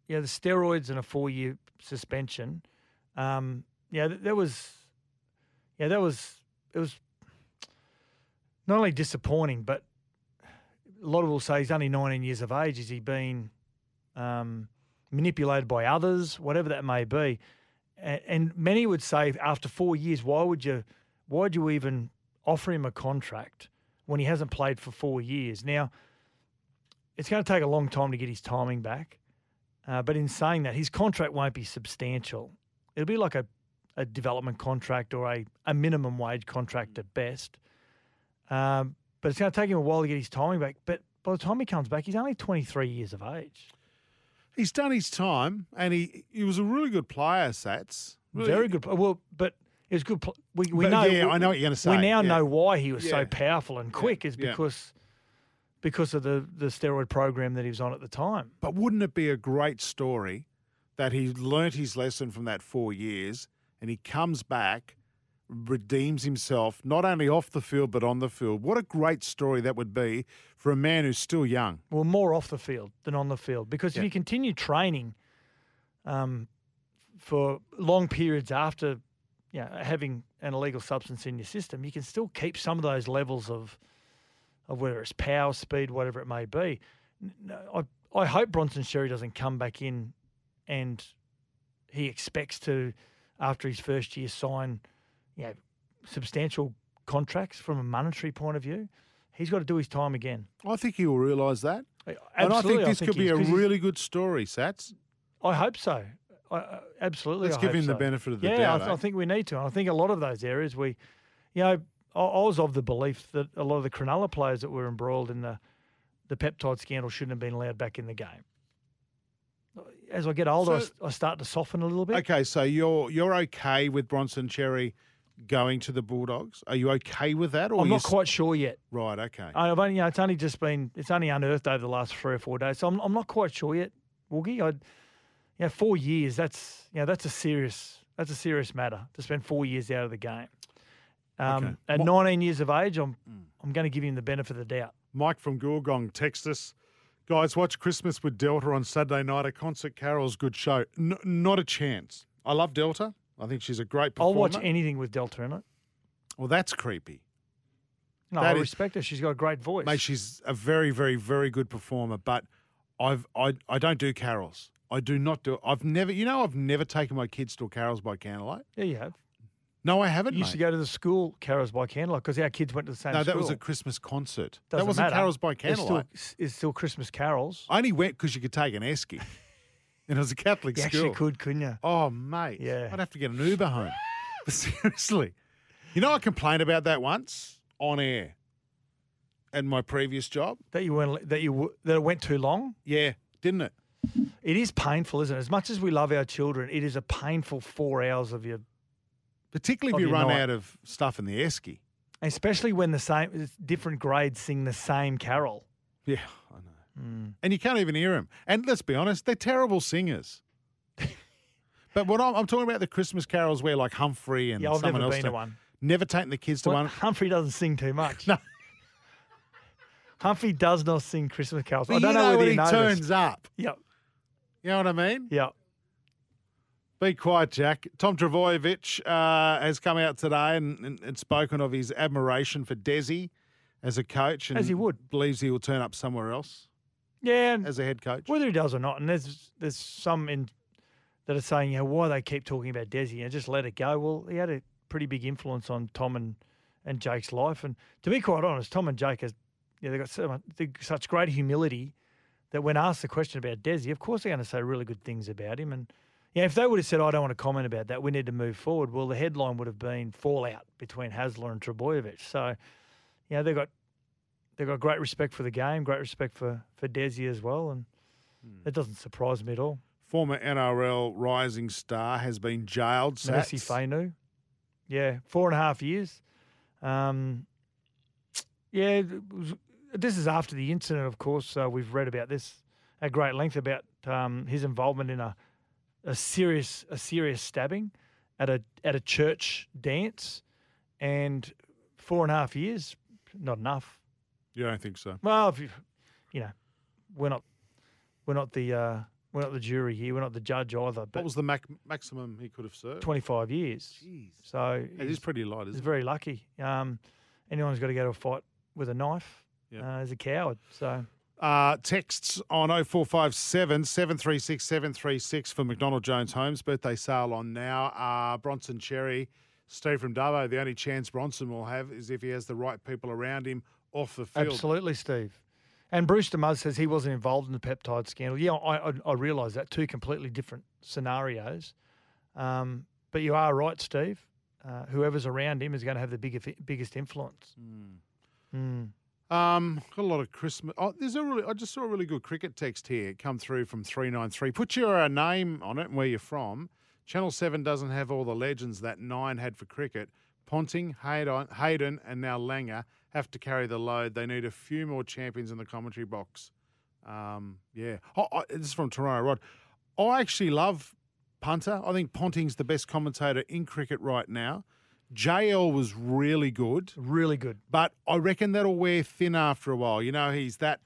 Speaker 4: yeah, the steroids and a four year suspension. Um, yeah, th- that was, yeah, that was it was not only disappointing, but a lot of will say he's only 19 years of age. Is he been um, manipulated by others, whatever that may be? And, and many would say after four years, why would you, why would you even offer him a contract when he hasn't played for four years? Now, it's going to take a long time to get his timing back. Uh, but in saying that, his contract won't be substantial. It'll be like a, a development contract or a, a minimum wage contract at best. Um, but it's going to take him a while to get his timing back. But by the time he comes back, he's only 23 years of age.
Speaker 3: He's done his time, and he he was a really good player. Sats Really-
Speaker 4: Very good. pl- Well, but it was good. Pl- we we
Speaker 3: But
Speaker 4: know.
Speaker 3: yeah,
Speaker 4: we,
Speaker 3: I know what you're gonna
Speaker 4: We
Speaker 3: say,
Speaker 4: now
Speaker 3: yeah.
Speaker 4: know why he was
Speaker 3: Yeah.
Speaker 4: so powerful and quick is
Speaker 3: yeah.
Speaker 4: because because of the the steroid program that he was on at the time.
Speaker 3: But wouldn't it be a great story that he learnt his lesson from that four years and he comes back, redeems himself, not only off the field, but on the field? What a great story that would be for a man who's still young.
Speaker 4: Well, more off the field than on the field because
Speaker 3: Yeah.
Speaker 4: if you continue training um, for long periods after you know, having an illegal substance in your system, you can still keep some of those levels of of whether it's power, speed, whatever it may be. N- no, I, I hope Bronson Sherry doesn't come back in and he expects to, after his first year, sign you know, substantial contracts from a monetary point of view. He's got to do his time again.
Speaker 3: I think he will realise that. and I
Speaker 4: Absolutely,
Speaker 3: think this could
Speaker 4: he
Speaker 3: be
Speaker 4: is,
Speaker 3: a
Speaker 4: 'cause he's-
Speaker 3: really good story, Sats.
Speaker 4: I hope so. I- I, absolutely.
Speaker 3: Let's
Speaker 4: I
Speaker 3: give
Speaker 4: hope
Speaker 3: him the
Speaker 4: so.
Speaker 3: benefit of the
Speaker 4: yeah,
Speaker 3: doubt,
Speaker 4: I, th- I
Speaker 3: eh?
Speaker 4: think we need to. And I think a lot of those areas we, you know, I, I was of the belief that a lot of the Cronulla players that were embroiled in the the peptide scandal shouldn't have been allowed back in the game. As I get older, I
Speaker 3: So-
Speaker 4: s- I, start to soften a little bit.
Speaker 3: Okay, so you're you're okay with Bronson Cherry going to the Bulldogs? Are you okay with that? Or
Speaker 4: I'm
Speaker 3: you
Speaker 4: not
Speaker 3: s-
Speaker 4: quite sure yet.
Speaker 3: right. Okay,
Speaker 4: I've only, you know, it's only just been, it's only unearthed over the last three or four days. So I'm, I'm not quite sure yet, Woogie. I, you know, four years. That's, you know, that's a serious, that's a serious matter to spend four years out of the game. Um,
Speaker 3: Okay. Hmm.
Speaker 4: At 19 years of age, I'm, I'm going to give him the benefit of the doubt.
Speaker 3: Mike from Goolgong texts us. Guys, watch Christmas with Delta on Saturday night at Concert Carol's good show. N- not a chance. I love Delta. I think she's a great performer.
Speaker 4: I'll watch anything with Delta in it.
Speaker 3: Well, that's creepy.
Speaker 4: No,
Speaker 3: That
Speaker 4: I
Speaker 3: is-
Speaker 4: respect her. She's got a great voice.
Speaker 3: Mate, she's a very, very, very good performer, but I've I, I don't do carols. I do not do I've never you know I've never taken my kids to a carols by candlelight.
Speaker 4: yeah, you have.
Speaker 3: No, I haven't.
Speaker 4: You used to go to the school carols by candlelight because our kids went to the same
Speaker 3: no,
Speaker 4: school.
Speaker 3: that was a Christmas concert. that
Speaker 4: Doesn't
Speaker 3: wasn't
Speaker 4: matter.
Speaker 3: carols by
Speaker 4: It's still-
Speaker 3: candlelight.
Speaker 4: it's still Christmas carols.
Speaker 3: I only went because you could take an esky. (laughs) and it was a Catholic
Speaker 4: You
Speaker 3: school.
Speaker 4: actually could, couldn't you?
Speaker 3: Oh, mate.
Speaker 4: Yeah.
Speaker 3: I'd have to get an Uber home. (laughs) But seriously. You know, I complained about that once on air at my previous job.
Speaker 4: That you weren't, that you w- that it went too long.
Speaker 3: Yeah, didn't it?
Speaker 4: It is painful, isn't it? As much as we love our children, it is a painful four hours of your,
Speaker 3: Particularly
Speaker 4: of
Speaker 3: if you
Speaker 4: your
Speaker 3: run
Speaker 4: night.
Speaker 3: out of stuff in the esky.
Speaker 4: especially when the same different grades sing the same carol.
Speaker 3: Yeah, I know. And you can't even hear them. And let's be honest, they're
Speaker 4: (laughs)
Speaker 3: terrible singers. but what I'm, I'm talking about the Christmas carols where like Humphrey and
Speaker 4: Yeah, I've
Speaker 3: someone
Speaker 4: never
Speaker 3: else.
Speaker 4: been to one.
Speaker 3: Never taken the kids to
Speaker 4: Well,
Speaker 3: one.
Speaker 4: Humphrey doesn't sing too much.
Speaker 3: (laughs) no.
Speaker 4: Humphrey does not sing Christmas carols.
Speaker 3: But
Speaker 4: I don't
Speaker 3: you
Speaker 4: know, whether
Speaker 3: when
Speaker 4: you
Speaker 3: he
Speaker 4: noticed.
Speaker 3: turns up.
Speaker 4: Yep.
Speaker 3: You know what I mean?
Speaker 4: Yep.
Speaker 3: Be quiet, Jack. Tom Travojevic uh, has come out today and, and, and spoken of his admiration for Desi as a coach. And
Speaker 4: As he would.
Speaker 3: Believes he will turn up somewhere else.
Speaker 4: Yeah,
Speaker 3: as a head coach,
Speaker 4: whether he does or not, and there's there's some in that are saying, you know, why they keep talking about Desi and just let it go. Well, he had a pretty big influence on Tom and, and Jake's life, and to be quite honest, Tom and Jake has, you know, they got so much, they such great humility that when asked the question about Desi, of course they're going to say really good things about him. And yeah, if they would have said, I don't want to comment about that, we need to move forward. Well, the headline would have been fallout between Hasler and Trebojevic. So, you know, they got they've got great respect for the game, great respect for for Desi as well, and it doesn't surprise me at all.
Speaker 3: Former NRL rising star has been jailed.
Speaker 4: Mercy
Speaker 3: Sats.
Speaker 4: Fainu, yeah, four and a half years. Um, yeah, it was- this is after the incident, of course. So we've read about this at great length about um, his involvement in a a serious a serious stabbing at a at a church dance, and four and a half years, not enough.
Speaker 3: You don't think so?
Speaker 4: Well, if you, you know, we're not, we're not the, uh, we're not the jury here. We're not the judge either. But
Speaker 3: What was the mac- maximum he could have served?
Speaker 4: twenty-five years? So
Speaker 3: It is pretty light,
Speaker 4: He's
Speaker 3: isn't it?
Speaker 4: very lucky. Um, anyone who's got to go to a fight with a knife
Speaker 3: Yeah.
Speaker 4: uh, is a coward. So
Speaker 3: Uh, texts on 0457 736 736 for McDonald Jones Homes birthday sale on now. Uh, Bronson Cherry, Steve from Dubbo. The only chance Bronson will have is if he has the right people around him off the field.
Speaker 4: absolutely, Steve. And Brewster Muzz says he wasn't involved in the peptide scandal. Yeah, I I, I realise that two completely different scenarios. Um, but you are right, Steve. Uh, whoever's around him is going to have the biggest biggest influence.
Speaker 3: Hmm.
Speaker 4: Mm.
Speaker 3: Um, got a lot of Christmas. Oh, there's a really. I just saw a really good cricket text here come through from three nine three. Put your uh, name on it and where you're from. Channel Seven doesn't have all the legends that Nine had for cricket. Ponting, Hayden, Hayden, and now Langer have to carry the load. They need a few more champions in the commentary box. Um, yeah. Oh, I, this is from Toronto Rod. I actually love punter. I think Ponting's the best commentator in cricket right now. JL was really good.
Speaker 4: Really good.
Speaker 3: But I reckon that'll wear thin after a while. You know, he's that,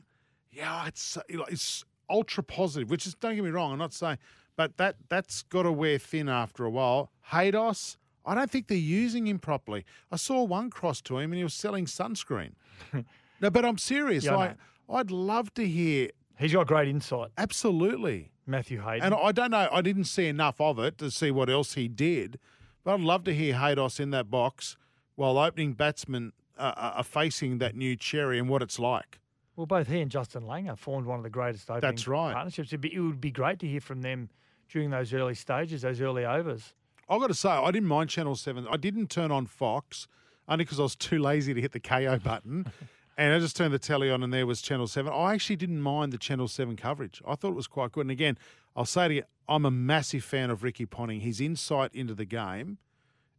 Speaker 3: yeah, it's, so- you know, it's ultra positive, which is, don't get me wrong, I'm not saying, but that, that's got to wear thin after a while. Haydos, I don't think they're using him properly. I saw one cross to him and he was selling
Speaker 4: (laughs)
Speaker 3: sunscreen. no, but I'm serious.
Speaker 4: Yeah, I
Speaker 3: like, I'd love to hear.
Speaker 4: He's got great insight.
Speaker 3: Absolutely.
Speaker 4: Matthew Hayden.
Speaker 3: And I don't know, I didn't see enough of it to see what else he did, but I'd love to hear Haydos in that box while opening batsmen uh, are are facing that new cherry and what it's like.
Speaker 4: Well, both he and Justin Langer formed one of the greatest opening
Speaker 3: That's right.
Speaker 4: partnerships. It'd be, it would be great to hear from them during those early stages, those early overs.
Speaker 3: I've got to say, I didn't mind Channel 7. I didn't turn on Fox only because I was too lazy to hit the KO button. And I just turned the telly on, and there was Channel 7. I actually didn't mind the Channel 7 coverage. I thought it was quite good. And again, I'll say to you, I'm a massive fan of Ricky Ponting. His insight into the game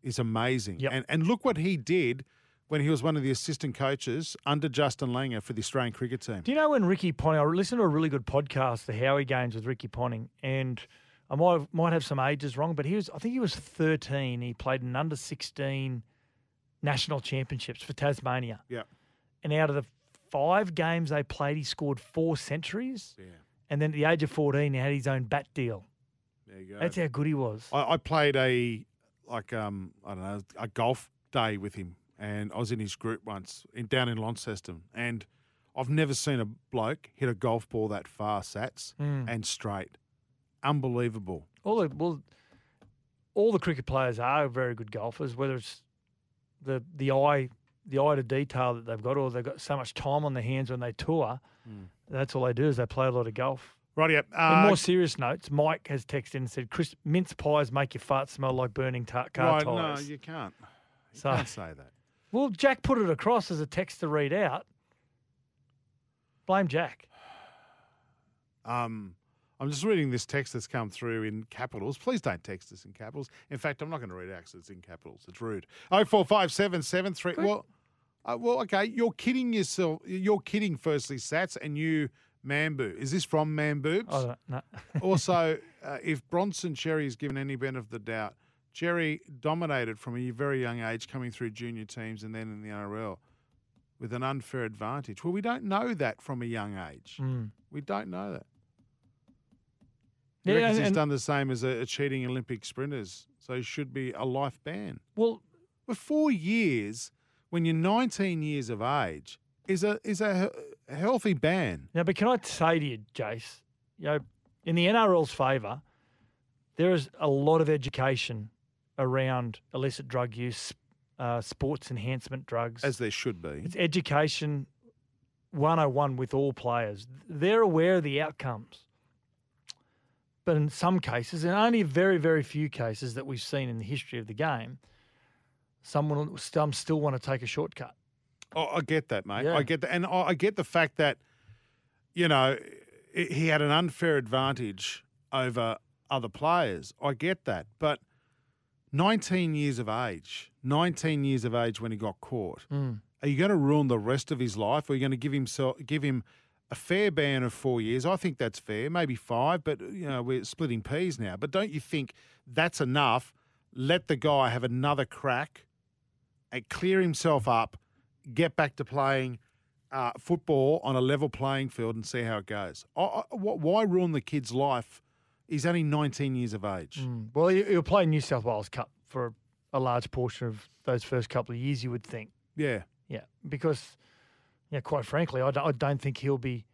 Speaker 3: is amazing. And, and look what he did when he was one of the assistant coaches under Justin Langer for the Australian cricket team.
Speaker 4: Do you know when Ricky Ponting? I listened to a really good podcast, the Howie Games with Ricky Ponting, and I might have, might have some ages wrong, but he was I think he was thirteen. He played in under sixteen national championships for Tasmania,
Speaker 3: Yeah.
Speaker 4: and out of the five games they played, he scored four centuries. Yeah. And then at the age of fourteen, he had his own bat deal.
Speaker 3: There you go.
Speaker 4: That's how good he was.
Speaker 3: I, I played a like um I don't know a golf day with him, and I was in his group once in, down in Launceston, and I've never seen a bloke hit a golf ball that far, Sats,
Speaker 4: Mm.
Speaker 3: and straight, unbelievable.
Speaker 4: All the well, all the cricket players are very good golfers. Whether it's the the eye the eye to detail that they've got, or they've got so much time on their hands when they tour, that's all they do is they play a lot of golf.
Speaker 3: Right, yeah.
Speaker 4: In
Speaker 3: Mm. Uh,
Speaker 4: more serious notes, Mike has texted in and said, "Chris, mince pies make your fart smell like burning ta- car
Speaker 3: right,
Speaker 4: tires."
Speaker 3: no, you can't. You
Speaker 4: So-
Speaker 3: can't say that.
Speaker 4: Well, Jack put it across as a text to read out. Blame Jack.
Speaker 3: Um, I'm just reading this text that's come through in capitals. Please don't text us in capitals. In fact, I'm not going to read it out 'cause it's in capitals. It's rude. Oh four five seven seven three. Well, uh, well, okay. You're kidding yourself. You're kidding. Firstly, Sats and you, Mambu. Is this from Mamboobs?
Speaker 4: I don't know.
Speaker 3: also, uh, if Bronson Cherry is given any benefit of the doubt, Cherry dominated from a very young age, coming through junior teams and then in the NRL with an unfair advantage. Well, we don't know that from a young age.
Speaker 4: Mm.
Speaker 3: We don't know that.
Speaker 4: Yeah,
Speaker 3: Yeah,
Speaker 4: and-
Speaker 3: he's
Speaker 4: and-
Speaker 3: done the same as a, a cheating Olympic sprinters, so he should be a life ban.
Speaker 4: Well,
Speaker 3: for four years, when you're 19 years of age, is a is a, he- a healthy ban.
Speaker 4: Now, but can I say to you, Jace, you know, in the NRL's favour, there is a lot of education around illicit drug use, uh, sports enhancement drugs.
Speaker 3: As there should be.
Speaker 4: It's education 101 with all players. They're aware of the outcomes. But in some cases, and only very, very few cases that we've seen in the history of the game, someone will- some still want to take a shortcut.
Speaker 3: Oh, I get that, mate. I get that, and I, I get the fact that you know i he had an unfair advantage over other players. I get that, but 19 years of age, 19 years of age when he got caught.
Speaker 4: Mm.
Speaker 3: Are you going to ruin the rest of his life? Or are you going to give himself give him a fair ban of four years? I think that's fair, maybe five, but you know we're splitting peas now. But don't you think that's enough? Let the guy have another crack and clear himself up, get back to playing uh, football on a level playing field, and see how it goes. I, I, wh- why ruin the kid's life? He's only 19 years of age.
Speaker 4: Mm. Well, you- you'll play New South Wales Cup for a large portion of those first couple of years, you would think.
Speaker 3: Yeah.
Speaker 4: Yeah, because yeah, quite frankly, I don't, I don't think he'll be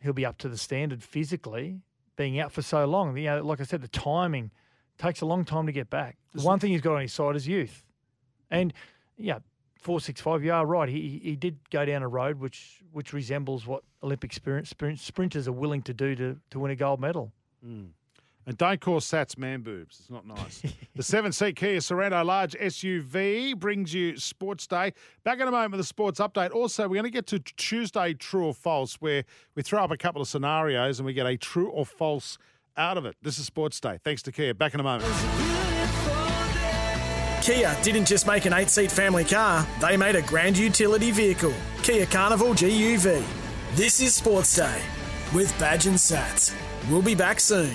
Speaker 4: he'll be up to the standard physically being out for so long. You know, like I said, the timing takes a long time to get back. The one thing he's got on his side is youth, and yeah, four six five. You are right. He he he did go down a road which which resembles what Olympic sprint, sprint, sprinters are willing to do to to win a gold medal.
Speaker 3: Mm. And don't call Sats man boobs. It's not nice. the seven seat Kia Sorento large SUV brings you Sports Day. Back in a moment with a sports update. Also, we're going to get to Tuesday True or False, where we throw up a couple of scenarios and we get a true or false out of it. This is Sports Day. Thanks to Kia. Back in a moment.
Speaker 2: Kia didn't just make an eight seat family car, they made a grand utility vehicle, Kia Carnival GUV. This is Sports Day with Badge and Sats. We'll be back soon.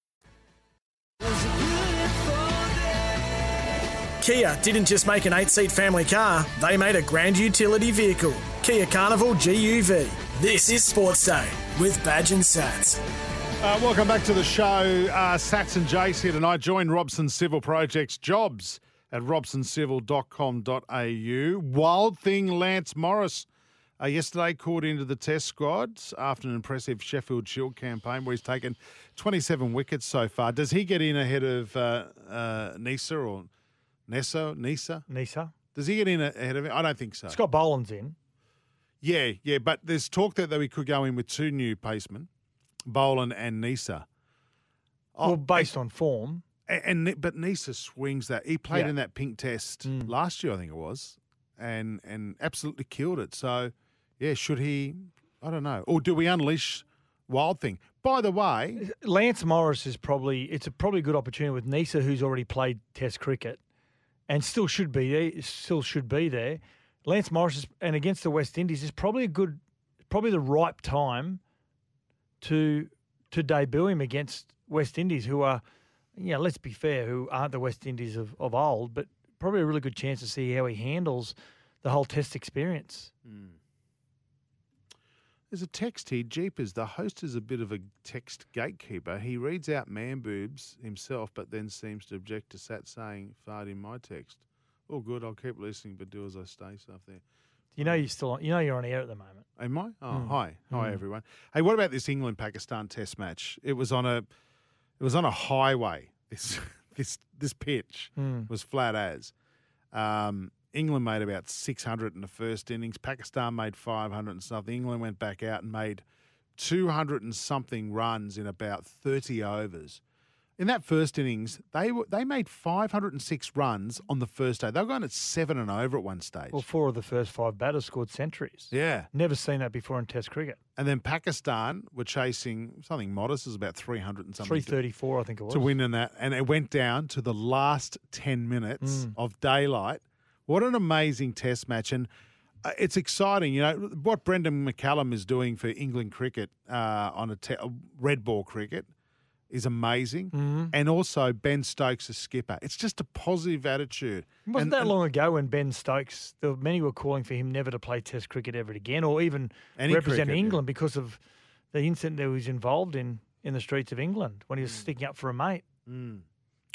Speaker 2: Kia didn't just make an eight seat family car, they made a grand utility vehicle, Kia Carnival GUV. This is Sports Day with Badge and Sats.
Speaker 3: Uh, welcome back to the show. Uh, Sats and Jace here tonight. Join Robson Civil Projects Jobs at robsoncivil.com.au. Wild thing Lance Morris uh, yesterday called into the test squad after an impressive Sheffield Shield campaign where he's taken 27 wickets so far. Does he get in ahead of uh, uh, Nisa or Nessa? Nisa?
Speaker 4: Nisa.
Speaker 3: Does he get in ahead of him? I don't think so.
Speaker 4: Scott Boland's in.
Speaker 3: Yeah, yeah, but there's talk that, that we could go in with two new pacemen, Boland and Nisa.
Speaker 4: well, based on form.
Speaker 3: And, and but Nisa swings that. He played
Speaker 4: Yeah.
Speaker 3: in that pink test last year, I think it was, and and absolutely killed it. So, yeah, should he? I don't know. Or do we unleash Wild Thing? By the way,
Speaker 4: Lance Morris is probably it's a probably a good opportunity with Nisa, who's already played Test cricket, and still should be there. Still should be there. Lance Morris is, and against the West Indies is probably a good, probably the ripe time to to debut him against West Indies, who are, you know, let's be fair, who aren't the West Indies of, of old, but probably a really good chance to see how he handles the whole Test experience.
Speaker 3: there's a text here. Jeepers, the host is a bit of a text gatekeeper. He reads out man boobs himself, but then seems to object to Sat saying "fart" in my text. All good. I'll keep listening, but do as I say. Stuff there.
Speaker 4: You know, you're still on, you know you're on air at the moment.
Speaker 3: Am I? Oh,
Speaker 4: Mm.
Speaker 3: hi, hi
Speaker 4: Mm.
Speaker 3: everyone. Hey, what about this England Pakistan Test match? It was on a, it was on a highway. (laughs) This this this pitch
Speaker 4: Mm.
Speaker 3: was flat as. Um, England made about six hundred in the first innings. Pakistan made five hundred and something. England went back out and made two hundred and something runs in about thirty overs. In that first innings, they were, they made five hundred and six runs on the first day. They were going at seven and over at one stage.
Speaker 4: Well, four of the first five batters scored centuries.
Speaker 3: yeah.
Speaker 4: Never seen that before in Test cricket.
Speaker 3: And then Pakistan were chasing something modest, it was about 300 and something.
Speaker 4: Three
Speaker 3: to-
Speaker 4: thirty-four, I think it was.
Speaker 3: To win in that. And it went down to the last 10 minutes
Speaker 4: Mm.
Speaker 3: of daylight. What an amazing test match. And uh, it's exciting. You know, what Brendan McCallum is doing for England cricket uh, on a te- uh, red ball cricket is amazing.
Speaker 4: Mhm.
Speaker 3: And also Ben Stokes as skipper. It's just a positive attitude.
Speaker 4: It wasn't
Speaker 3: And-
Speaker 4: that
Speaker 3: and-
Speaker 4: long ago when Ben Stokes, the, many were calling for him never to play Test cricket ever again, or even
Speaker 3: Any
Speaker 4: represent
Speaker 3: cricket, yeah.
Speaker 4: England because of the incident that he was involved in in the streets of England when he
Speaker 3: Hmm.
Speaker 4: was sticking up for a mate.
Speaker 3: Mm.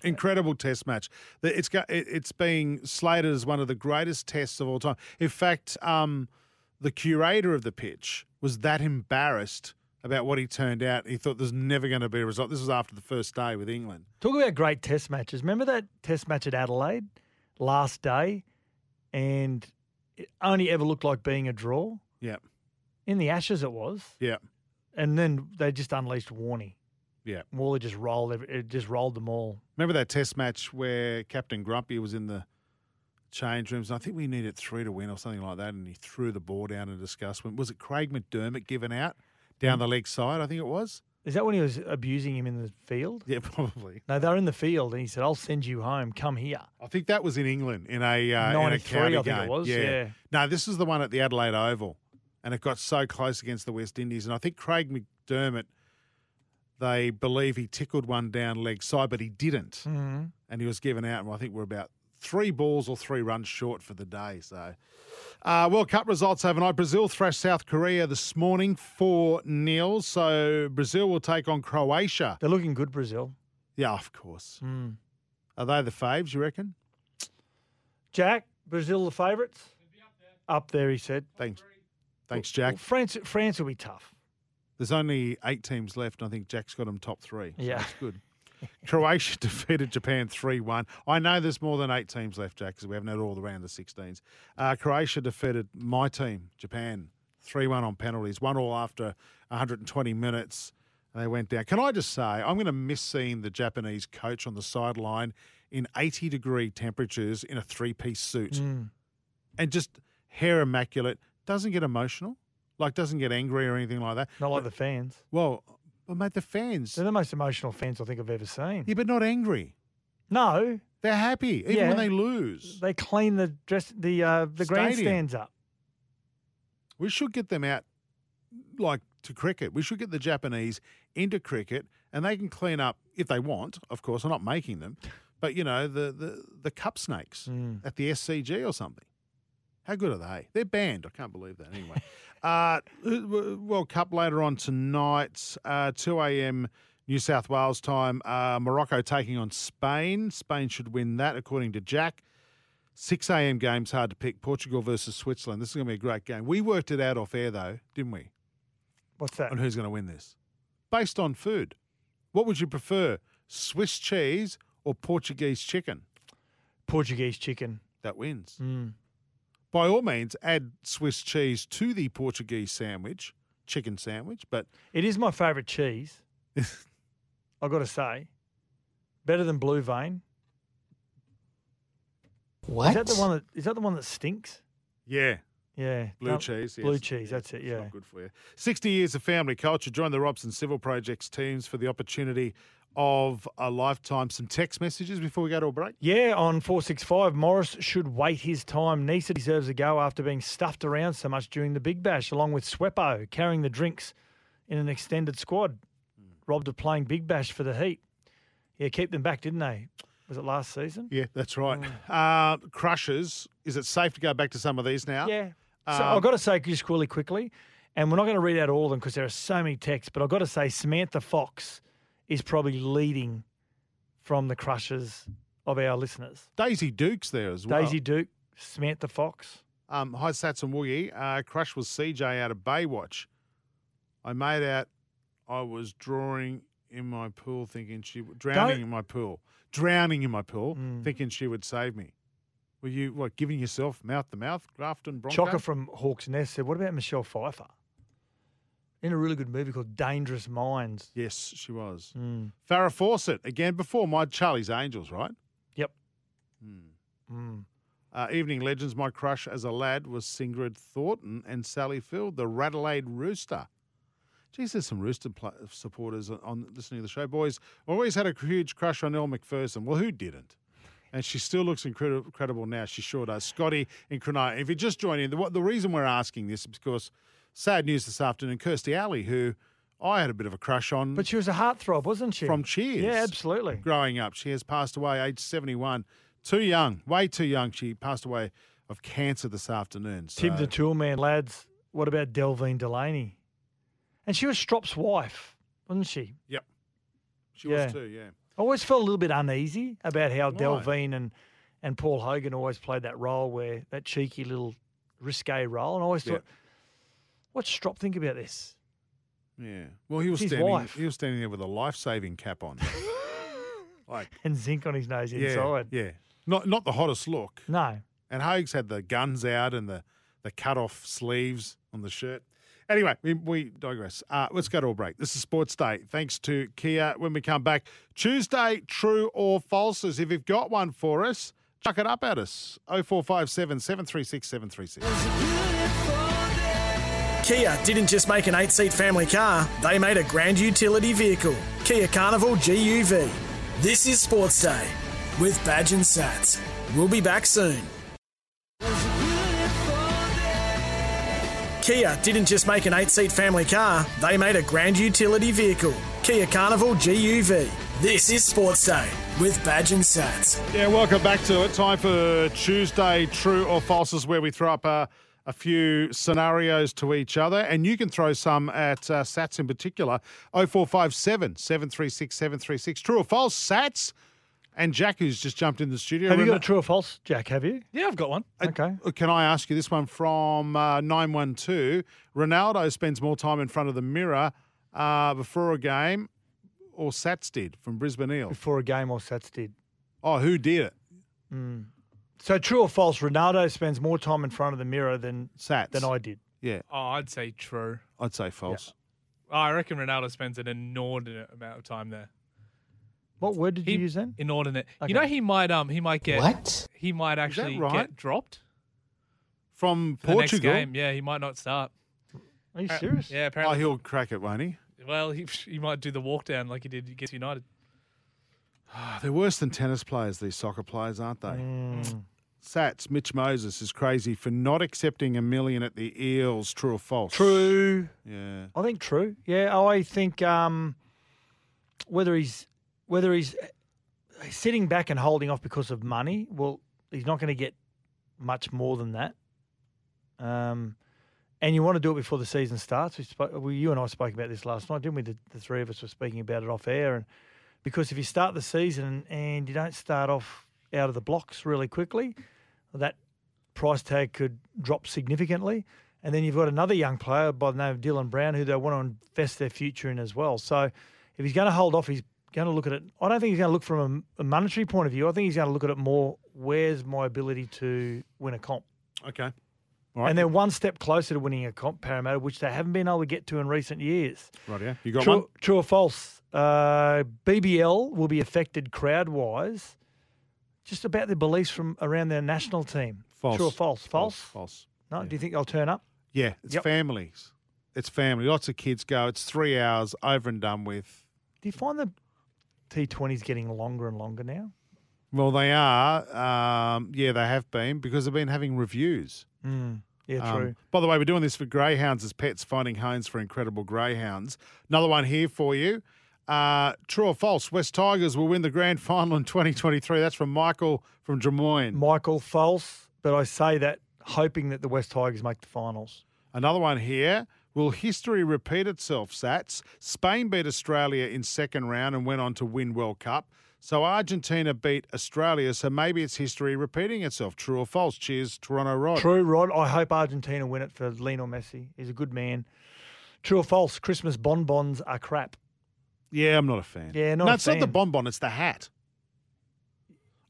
Speaker 3: Incredible test match. The- It's got, it- it's being slated as one of the greatest tests of all time. In fact, um, the curator of the pitch was that embarrassed about what he turned out. He thought there's never going to be a result. This was after the first day with England.
Speaker 4: Talk about great Test matches. Remember that Test match at Adelaide last day, and it only ever looked like being a draw.
Speaker 3: Yep.
Speaker 4: In the Ashes, it was,
Speaker 3: Yep.
Speaker 4: and then they just unleashed Warney.
Speaker 3: Yeah.
Speaker 4: Warley just rolled. every- It just rolled them all.
Speaker 3: Remember that test match where Captain Grumpy was in the change rooms? And I think we needed three to win or something like that. And he threw the ball down in disgust. When- Was it Craig McDermott given out down the leg side? I think it was.
Speaker 4: Is that when he was abusing him in the field?
Speaker 3: Yeah, (laughs) probably.
Speaker 4: No, they were in the field, and he said, "I'll send you home. Come here."
Speaker 3: I think that was in England in a uh, in a
Speaker 4: 93,
Speaker 3: county
Speaker 4: I think it
Speaker 3: game.
Speaker 4: was, yeah.
Speaker 3: No, this is the one at the Adelaide Oval, and it got so close against the West Indies. And I think Craig McDermott, they believe he tickled one down leg side, but he didn't,
Speaker 4: Mhm.
Speaker 3: and he was given out. And I think we're about three balls or three runs short for the day. So, uh, World Cup results overnight: Brazil thrashed South Korea this morning four 0 So Brazil will take on Croatia.
Speaker 4: They're looking good, Brazil.
Speaker 3: Yeah, of course.
Speaker 4: Mm.
Speaker 3: Are they the faves? You reckon?
Speaker 4: Jack, Brazil the favourites. Up there, he said.
Speaker 3: Thanks, thanks, Jack.
Speaker 4: France, France will be tough.
Speaker 3: There's only eight teams left, and I think Jack's got them top three. so
Speaker 4: Yeah.
Speaker 3: that's good. (laughs) Croatia (laughs) defeated Japan 3 1. I know there's more than eight teams left, Jack, because we haven't had all the round of 16s. Uh, Croatia defeated my team, Japan, 3 1 on penalties, one all after 120 minutes. And they went down. Can I just say, I'm going to miss seeing the Japanese coach on the sideline in 80 degree temperatures in a three piece suit
Speaker 4: Mm.
Speaker 3: and just hair immaculate, doesn't get emotional, like doesn't get angry or anything like that.
Speaker 4: Not like the fans.
Speaker 3: Well, well, mate, the fans.
Speaker 4: They're the most emotional fans I think I've ever seen.
Speaker 3: Yeah, but not angry.
Speaker 4: No,
Speaker 3: they're happy even
Speaker 4: Yeah.
Speaker 3: when they lose.
Speaker 4: They clean the dress, the uh, the
Speaker 3: Stadium.
Speaker 4: grandstands up.
Speaker 3: We should get them out, like to cricket. We should get the Japanese into cricket, and they can clean up if they want. Of course, I'm not
Speaker 4: (laughs)
Speaker 3: making them, but you know the the, the cup snakes
Speaker 4: Mm.
Speaker 3: at the SCG or something. How good are they? They're banned. I can't believe that.
Speaker 4: (laughs)
Speaker 3: Anyway, uh, World Cup later on tonight, uh, 2 a.m. New South Wales time. Uh, Morocco taking on Spain. Spain should win that, according to Jack. 6 a.m. game's hard to pick. Portugal versus Switzerland. This is going to be a great game. We worked it out off air, though, didn't we?
Speaker 4: What's that?
Speaker 3: On who's going to win this? Based on food. What would you prefer, Swiss cheese or Portuguese chicken?
Speaker 4: Portuguese chicken.
Speaker 3: That wins.
Speaker 16: Hmm.
Speaker 4: Mm.
Speaker 3: By all means, add Swiss cheese to the Portuguese sandwich, chicken sandwich, but.
Speaker 4: It is my favourite cheese. I've got to say. Better than Blue Vein. Is that the one that, is that, the one that stinks?
Speaker 3: Yeah.
Speaker 4: Yeah.
Speaker 3: Blue
Speaker 4: can't-
Speaker 3: cheese,
Speaker 4: Blue
Speaker 3: yes.
Speaker 4: cheese, that's it, yeah.
Speaker 3: good for you. 60 years of family culture. Join the Robson Civil Projects teams for the opportunity of a lifetime. Some text messages before we go to a break.
Speaker 4: Yeah, on 465, Morris should wait his time. Nisa deserves a go after being stuffed around so much during the Big Bash, along with Swepo carrying the drinks in an extended squad.
Speaker 3: Hmm.
Speaker 4: Robbed of playing Big Bash for the Heat. Yeah, keep them back, didn't they? Was it last season?
Speaker 3: Yeah, that's right.
Speaker 4: Mm.
Speaker 3: Uh, crushers. Is it safe to go back to some of these now?
Speaker 4: Yeah. So
Speaker 3: Um,
Speaker 4: I've got to say, just really quickly, and we're not going to read out all of them because there are so many texts, but I've got to say, Samantha Fox is probably leading from the crushes of our listeners.
Speaker 3: Daisy Duke's there as well.
Speaker 4: Daisy Duke, Samantha Fox.
Speaker 3: Um, hi, Sats and Woogie. Uh, crush was CJ out of Baywatch. I made out I was drawing in my pool, thinking she w- drowning
Speaker 4: Don't- Mm.
Speaker 3: in my pool, drowning in my pool, thinking she would save me. Were you what giving yourself mouth to mouth, Grafton Bronco?
Speaker 4: Chocker from Hawks Nest said, What about Michelle Pfeiffer? In a really good movie called Dangerous Minds. Hmm.
Speaker 3: Yes, she was. Farrah Fawcett again before my Charlie's Angels, right?
Speaker 4: Yep. Hmm.
Speaker 3: Mm. Uh, Evening Legends. My crush as a lad was Singrid Thornton and Sally Field, the Radelaide Rooster. Geez, there's some Rooster pl- supporters on, on listening to the show, boys. Always had a huge crush on Elle McPherson. Well, who didn't? And she still looks incredi- incredible now. She sure does. Scotty in Cronulla. If you just join in, the, what- the reason we're asking this is because sad news this afternoon. Kirsty Alley, who I had a bit of a crush on.
Speaker 4: But she was a heartthrob, wasn't she?
Speaker 3: From Cheers.
Speaker 4: Yeah, absolutely.
Speaker 3: Growing up, she has passed away, age 71. Too young, way too young. She passed away of cancer this afternoon. So.
Speaker 4: Tim the Tool Man, lads. What about Delvine Delaney? And she was Strop's wife, wasn't she?
Speaker 3: Yep. She
Speaker 4: Yeah.
Speaker 3: was too, yeah.
Speaker 4: I always felt a little bit uneasy about how
Speaker 3: Why?
Speaker 4: Delvine and, and Paul Hogan always played that role where that cheeky little risque role. And I always
Speaker 3: Yeah.
Speaker 4: thought, what's Strop think about this?
Speaker 3: Yeah. Well, he was
Speaker 4: His
Speaker 3: standing.
Speaker 4: wife.
Speaker 3: He was standing there with a life-saving
Speaker 4: (laughs)
Speaker 3: cap on. like
Speaker 4: and zinc on his nose
Speaker 3: yeah,
Speaker 4: inside.
Speaker 3: Yeah. Not not the hottest look.
Speaker 4: No.
Speaker 3: And Hogs had the guns out and the the cut off sleeves on the shirt. Anyway, we, we digress. Uh, let's go to a break. This is Sports Day. Thanks to Kia. When we come back, Tuesday, true or falses. If you've got one for us, chuck it up at us. 0457 736 736.
Speaker 2: Kia didn't just make an eight seat family car, they made a grand utility vehicle, Kia Carnival GUV. This is Sports Day with Badge and Sats. We'll be back soon. Kia didn't just make an eight seat family car, they made a grand utility vehicle, Kia Carnival GUV. This is Sports Day with Badge and Sats.
Speaker 3: Yeah, welcome back to it. Time for Tuesday, true or falses, where we throw up a, a few scenarios to each other, and you can throw some at uh, Sats in particular. 0457 736 736. True or false, Sats? And Jack, who's just jumped in the studio.
Speaker 4: Have you got a
Speaker 3: Remember-
Speaker 4: true or false, Jack? Have you?
Speaker 3: Yeah, I've got one.
Speaker 4: Okay.
Speaker 3: Can I ask you this one from uh, 912? Ronaldo spends more time in front of the mirror uh, before a game, or Sats did from Brisbane Eel?
Speaker 4: Before a game, or Sats did.
Speaker 3: Oh, who did it?
Speaker 4: Mm. So true or false? Ronaldo spends more time in front of the mirror than
Speaker 3: Sats
Speaker 4: than I did.
Speaker 3: Yeah,
Speaker 12: Oh, I'd say true. Oh,
Speaker 3: I'd say false.
Speaker 12: I reckon Ronaldo spends an inordinate amount of time there.
Speaker 4: What word did you use then?
Speaker 12: Inordinate.
Speaker 4: Okay.
Speaker 12: You know he might um he might get
Speaker 4: What?
Speaker 12: He might actually
Speaker 4: right?
Speaker 12: get dropped
Speaker 3: From
Speaker 12: for the
Speaker 3: Portugal.
Speaker 12: next game. Yeah, he might not start.
Speaker 4: Are you
Speaker 12: Appar-
Speaker 4: serious?
Speaker 12: Yeah, apparently.
Speaker 3: Oh, he'll crack it, won't he?
Speaker 12: Well, he, (laughs) he might do the walk down like he did against United.
Speaker 3: They're worse than tennis players, these soccer players, aren't they?
Speaker 4: Mm.
Speaker 3: Sats, Mitch Moses is crazy for not accepting a million at the Eels. True or false?
Speaker 4: True.
Speaker 3: Yeah.
Speaker 4: I think true. Yeah, oh, I think um, whether he's whether he's uh, sitting back and holding off because of money, well, he's not going to get much more than that. Um, and you want to do it before the season starts. We spoke, well, you and I spoke about this last night, didn't we? The, the three of us were speaking about it off air, and because if you start the season and you don't start off out of the blocks really quickly, that price tag could drop significantly. And then you've got another young player by the name of Dylan Brown who they want to invest their future in as well. So if he's going to hold off, he's going to look at it. I don't think he's going to look from a, a monetary point of view. I think he's going to look at it more where's my ability to win a comp?
Speaker 3: Okay.
Speaker 4: And they're one step closer to winning a comp, Parramatta, which they haven't been able to get to in recent years.
Speaker 3: Right, yeah. You got
Speaker 4: true,
Speaker 3: one?
Speaker 4: True or false? Uh, BBL will be affected crowd wise just about their beliefs from around their national team.
Speaker 3: False.
Speaker 4: True or false? False.
Speaker 3: False.
Speaker 4: No, do you think they'll turn up?
Speaker 3: Yeah, it's families. It's family. Lots of kids go. It's three hours over and done with.
Speaker 4: Do you find the T20s getting longer and longer now?
Speaker 3: Well, they are. Um, yeah, they have been because they've been having reviews.
Speaker 4: Mm. Yeah,
Speaker 3: Um,
Speaker 4: true.
Speaker 3: by the way, we're doing this for greyhounds as pets, finding homes for incredible greyhounds. Another one here for you. Uh, true or false? West Tigers will win the grand final in 2023. That's from Michael from Drummoyne.
Speaker 4: Michael, false, but I say that hoping that the West Tigers make the finals.
Speaker 3: Another one here. Will history repeat itself, Sats? Spain beat Australia in second round and went on to win World Cup. So Argentina beat Australia, so maybe it's history repeating itself. True or false? Cheers, Toronto Rod.
Speaker 4: True, Rod. I hope Argentina win it for Lionel Messi. He's a good man. True or false? Christmas bonbons are crap.
Speaker 3: Yeah, I'm not a fan.
Speaker 4: Yeah, not
Speaker 3: no,
Speaker 4: a
Speaker 3: it's not the
Speaker 4: fan.
Speaker 3: bonbon, it's the hat.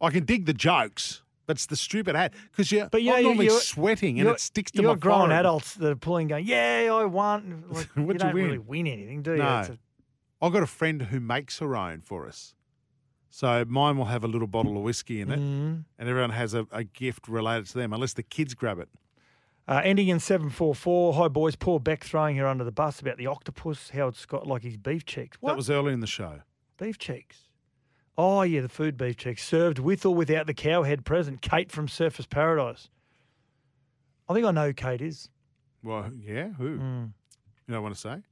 Speaker 3: I can dig the jokes, but it's the stupid hat because you're,
Speaker 4: But you
Speaker 3: I'm
Speaker 4: know, you-
Speaker 3: normally
Speaker 4: you're-
Speaker 3: sweating and
Speaker 4: you're-
Speaker 3: it sticks to
Speaker 4: you're
Speaker 3: my
Speaker 4: grown
Speaker 3: forehead.
Speaker 4: adults that are pulling, going, "Yeah, I won." Like,
Speaker 3: (laughs) What'd
Speaker 4: you
Speaker 3: you
Speaker 4: don't really
Speaker 3: win?
Speaker 4: win anything, do you?
Speaker 3: No.
Speaker 4: It's a-
Speaker 3: I've got a friend who makes her own for us. So mine will have a little bottle of whiskey in it,
Speaker 4: Mhm.
Speaker 3: and everyone has a, a gift related to them, unless the kids grab it.
Speaker 4: Uh, ending in 744. Hi, boys. Poor Beck throwing her under the bus about the octopus, how it's got like his beef cheeks. What?
Speaker 3: That was early in the show.
Speaker 4: beef cheeks. Oh, yeah, the food beef cheeks. Served with or without the cow head present. Kate from Surface Paradise. I think I know who Kate is. Mm.
Speaker 3: Well, yeah, who? You don't want to say?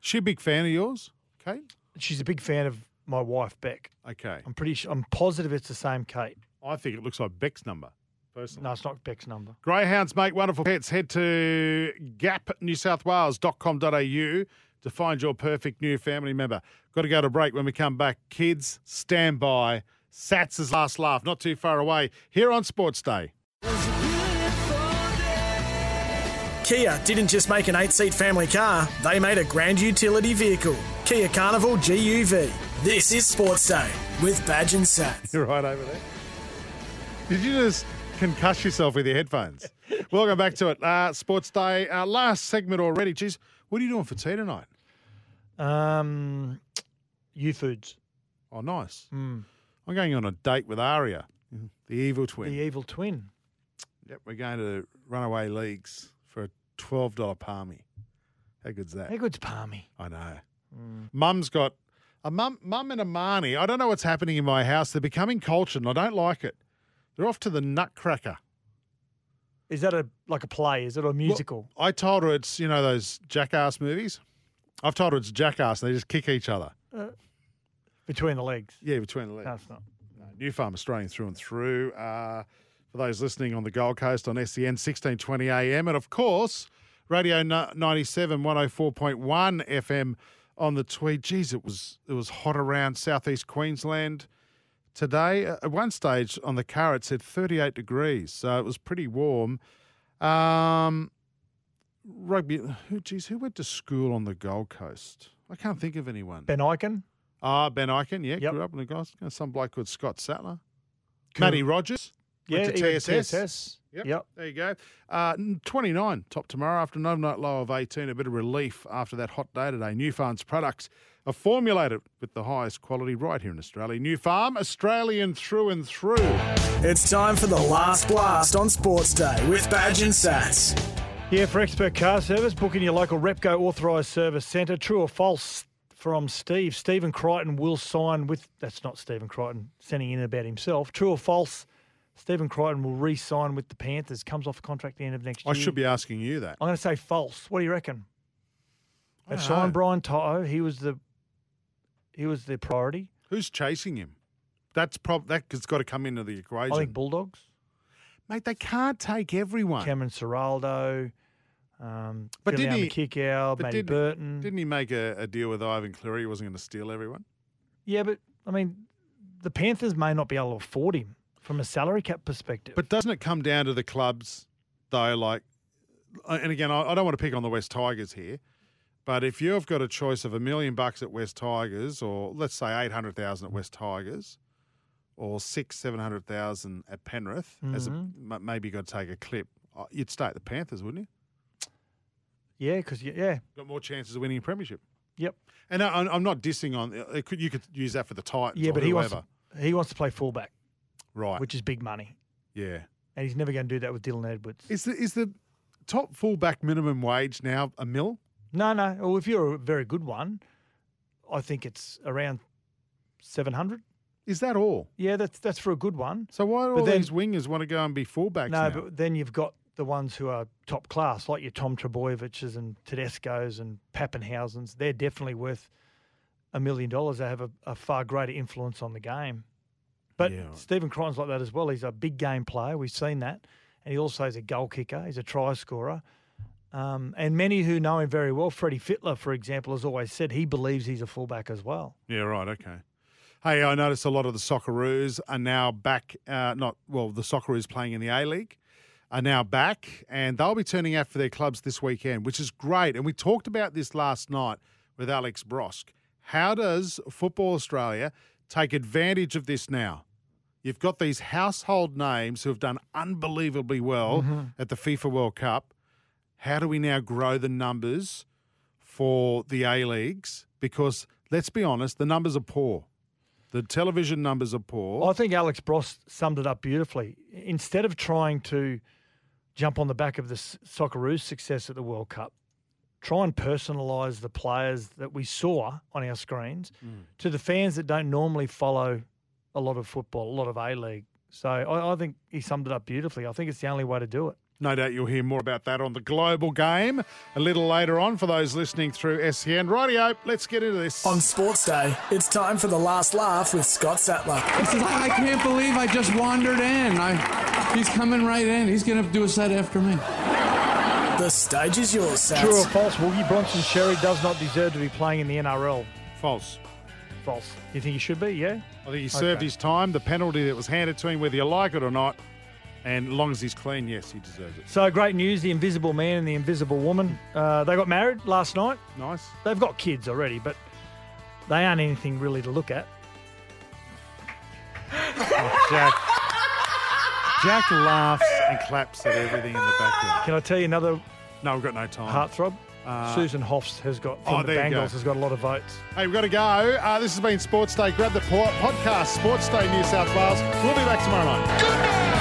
Speaker 3: She a big fan of yours, Kate?
Speaker 4: She's a big fan of my wife, Beck.
Speaker 3: Okay.
Speaker 4: I'm pretty sure, I'm positive it's the same Kate.
Speaker 3: I think it looks like Beck's number, personally.
Speaker 4: No, it's not Beck's number.
Speaker 3: Greyhounds make wonderful pets. Head to gapnewsouthwales.com.au to find your perfect new family member. Got to go to break when we come back. Kids, stand by. Sats's last laugh, not too far away, here on Sports Day.
Speaker 2: Kia didn't just make an eight seat family car, they made a grand utility vehicle. Kia Carnival GUV. This is Sports Day with Badge and
Speaker 3: (laughs)
Speaker 2: Sats.
Speaker 3: You're right over there. Did you just concuss yourself with your headphones? Welcome back to it. Uh, Sports Day, uh, last segment already. Jeez, what are you doing for tea tonight?
Speaker 4: Um, U Foods.
Speaker 3: Oh, nice.
Speaker 4: Mm.
Speaker 3: I'm going on a date with Aria, the evil twin.
Speaker 4: The evil twin.
Speaker 3: Yep, we're going to Runaway Leagues for a twelve dollar palmy. How good's that?
Speaker 4: How good's palmy? Mm.
Speaker 3: I know. Mum's got a mum, mum and a marnie. I don't know what's happening in my house. They're becoming cultured, and I don't like it. They're off to the Nutcracker.
Speaker 4: Is that a like a play? Is it a musical?
Speaker 3: I told her it's you know those Jackass movies. I've told her it's Jackass, and they just kick each other.
Speaker 4: Uh, between the legs.
Speaker 3: Yeah, between the legs.
Speaker 4: No, it's not.
Speaker 3: Uh, New Farm Australian through and through. Uh, for those listening on the Gold Coast on E SEN 1620 AM, and of course Radio no- 97 104.1 FM on the Tweed. Geez, it was it was hot around southeast Queensland today. Uh, At one stage on the car, it said 38 degrees, so it was pretty warm. Um, rugby. Who, geez, who went to school on the Gold Coast? I can't think of anyone.
Speaker 4: Ben Iken.
Speaker 3: Ah, Ben Eichen, yeah, grew up in the Gold Coast. Some bloke called Scott Sattler.
Speaker 4: Cool.
Speaker 3: Matty Rogers.
Speaker 4: Yeah,
Speaker 3: went
Speaker 4: he
Speaker 3: to
Speaker 4: went
Speaker 3: TSS.
Speaker 4: to TSS.
Speaker 3: Yep.
Speaker 4: Yep.
Speaker 3: There you go. Uh, n- 29, top tomorrow after another night low of 18. A bit of relief after that hot day today. New Farm's products are formulated with the highest quality right here in Australia. New Farm, Australian through and through.
Speaker 2: It's time for the last blast on Sports Day with Badge and Sats.
Speaker 4: Yeah, for expert car service, book in your local Repco authorised service centre. True or false from Steve? Stephen Crichton will sign with. That's not Stephen Crichton sending in about himself. True or false? Stephen Crichton will re sign with the Panthers. Comes off contract at the end of next
Speaker 3: I
Speaker 4: year.
Speaker 3: should be asking you that.
Speaker 4: I'm going to say false. What do you reckon?
Speaker 3: I
Speaker 4: They've
Speaker 3: don't
Speaker 4: signed
Speaker 3: know.
Speaker 4: Brian Toto. He was the he was the priority.
Speaker 3: Who's chasing him? That's prob- That's got to come into the equation.
Speaker 4: I think Bulldogs.
Speaker 3: Mate, they can't take everyone.
Speaker 4: Cameron Serraldo, um,
Speaker 3: But didn't he-
Speaker 4: kick out,
Speaker 3: But
Speaker 4: Matty
Speaker 3: didn't-
Speaker 4: Burton.
Speaker 3: Didn't he make a, a deal with Ivan Cleary? He wasn't going to steal everyone.
Speaker 4: Yeah, but I mean, the Panthers may not be able to afford him. from a salary cap perspective.
Speaker 3: But doesn't it come down to the clubs, though? Like, uh, and again, I, I don't want to pick on the West Tigers here, but if you've got a choice of a million bucks at West Tigers, or let's say eight hundred thousand at West Tigers, or six seven hundred thousand at Penrith, as a,
Speaker 4: Mm-hmm.
Speaker 3: m- maybe you got to take a clip, uh, you'd stay at the Panthers, wouldn't you?
Speaker 4: Yeah, because yeah,
Speaker 3: got more chances of winning a premiership.
Speaker 4: Yep.
Speaker 3: And I, I'm not dissing on. uh, It could, you could use that for the Titans.
Speaker 4: Yeah,
Speaker 3: or
Speaker 4: but he wants,
Speaker 3: whoever.
Speaker 4: to, he wants to play fullback,
Speaker 3: right?
Speaker 4: which is big money,
Speaker 3: yeah.
Speaker 4: and he's never going to do that with Dylan Edwards.
Speaker 3: Is the is the top fullback minimum wage now a mil?
Speaker 4: No, no. Well, if you're a very good one, I think it's around seven hundred.
Speaker 3: Is that all?
Speaker 4: Yeah, that's that's for a good one.
Speaker 3: So why do
Speaker 4: But
Speaker 3: all
Speaker 4: then-
Speaker 3: these wingers want to go and be fullbacks
Speaker 4: No,
Speaker 3: now?
Speaker 4: but then you've got the ones who are top class, like your Tom Trebojeviches and Tedesco's and Pappenhausens. They're definitely worth a million dollars. They have a, a far greater influence on the game. But Stephen Crichton's like that as well. He's a big game player. We've seen that. And he also is a goal kicker. He's a try scorer. Um, and many who know him very well, Freddie Fitler, for example, has always said he believes he's a fullback as well.
Speaker 3: Yeah, right. Okay. Hey, I noticed a lot of the Socceroos are now back. Uh, not well, the Socceroos playing in the A League are now back, and they'll be turning out for their clubs this weekend, which is great. And we talked about this last night with Alex Brosk. How does Football Australia take advantage of this now? You've got these household names who have done unbelievably well
Speaker 4: Mhm.
Speaker 3: at the FIFA World Cup. How do we now grow the numbers for the A leagues? Because let's be honest, the numbers are poor. The television numbers are poor.
Speaker 4: I think Alex Bross summed it up beautifully. Instead of trying to jump on the back of the S- Socceroos' success at the World Cup, try and personalise the players that we saw on our screens
Speaker 3: Hmm.
Speaker 4: to the fans that don't normally follow a lot of football, a lot of A League. So I, I think he summed it up beautifully. I think it's the only way to do it.
Speaker 3: No doubt you'll hear more about that on the global game a little later on for those listening through SEN. Rightio, let's get into this.
Speaker 2: On Sports Day, it's time for the last laugh with Scott Sattler.
Speaker 17: It's like, I can't believe I just wandered in. I, he's coming right in. He's going to do a set after me.
Speaker 2: The stage is yours, Sats.
Speaker 4: True or false, Woogie Bronson Sherry does not deserve to be playing in the NRL.
Speaker 3: False.
Speaker 4: False. You think he should be? Yeah.
Speaker 3: I think he served his time, the penalty that was handed to him, whether you like it or not. And as long as he's clean, yes, he deserves it.
Speaker 4: So great news: the Invisible Man and the Invisible Woman. Uh, they got married last night.
Speaker 3: Nice.
Speaker 4: They've got kids already, but they aren't anything really to look at.
Speaker 3: (laughs) Jack. Jack laughs and claps at everything in the background.
Speaker 4: Can I tell you another?
Speaker 3: No, we've got no time.
Speaker 4: Heartthrob.
Speaker 3: Uh,
Speaker 4: Susan Hoffs has got
Speaker 3: Oh,
Speaker 4: from the
Speaker 3: there you go.
Speaker 4: Bengals has got a lot of votes.
Speaker 3: Hey, we've got to go. Uh, this has been Sports Day. Grab the po- podcast, Sports Day New South Wales. We'll be back tomorrow night. Good night.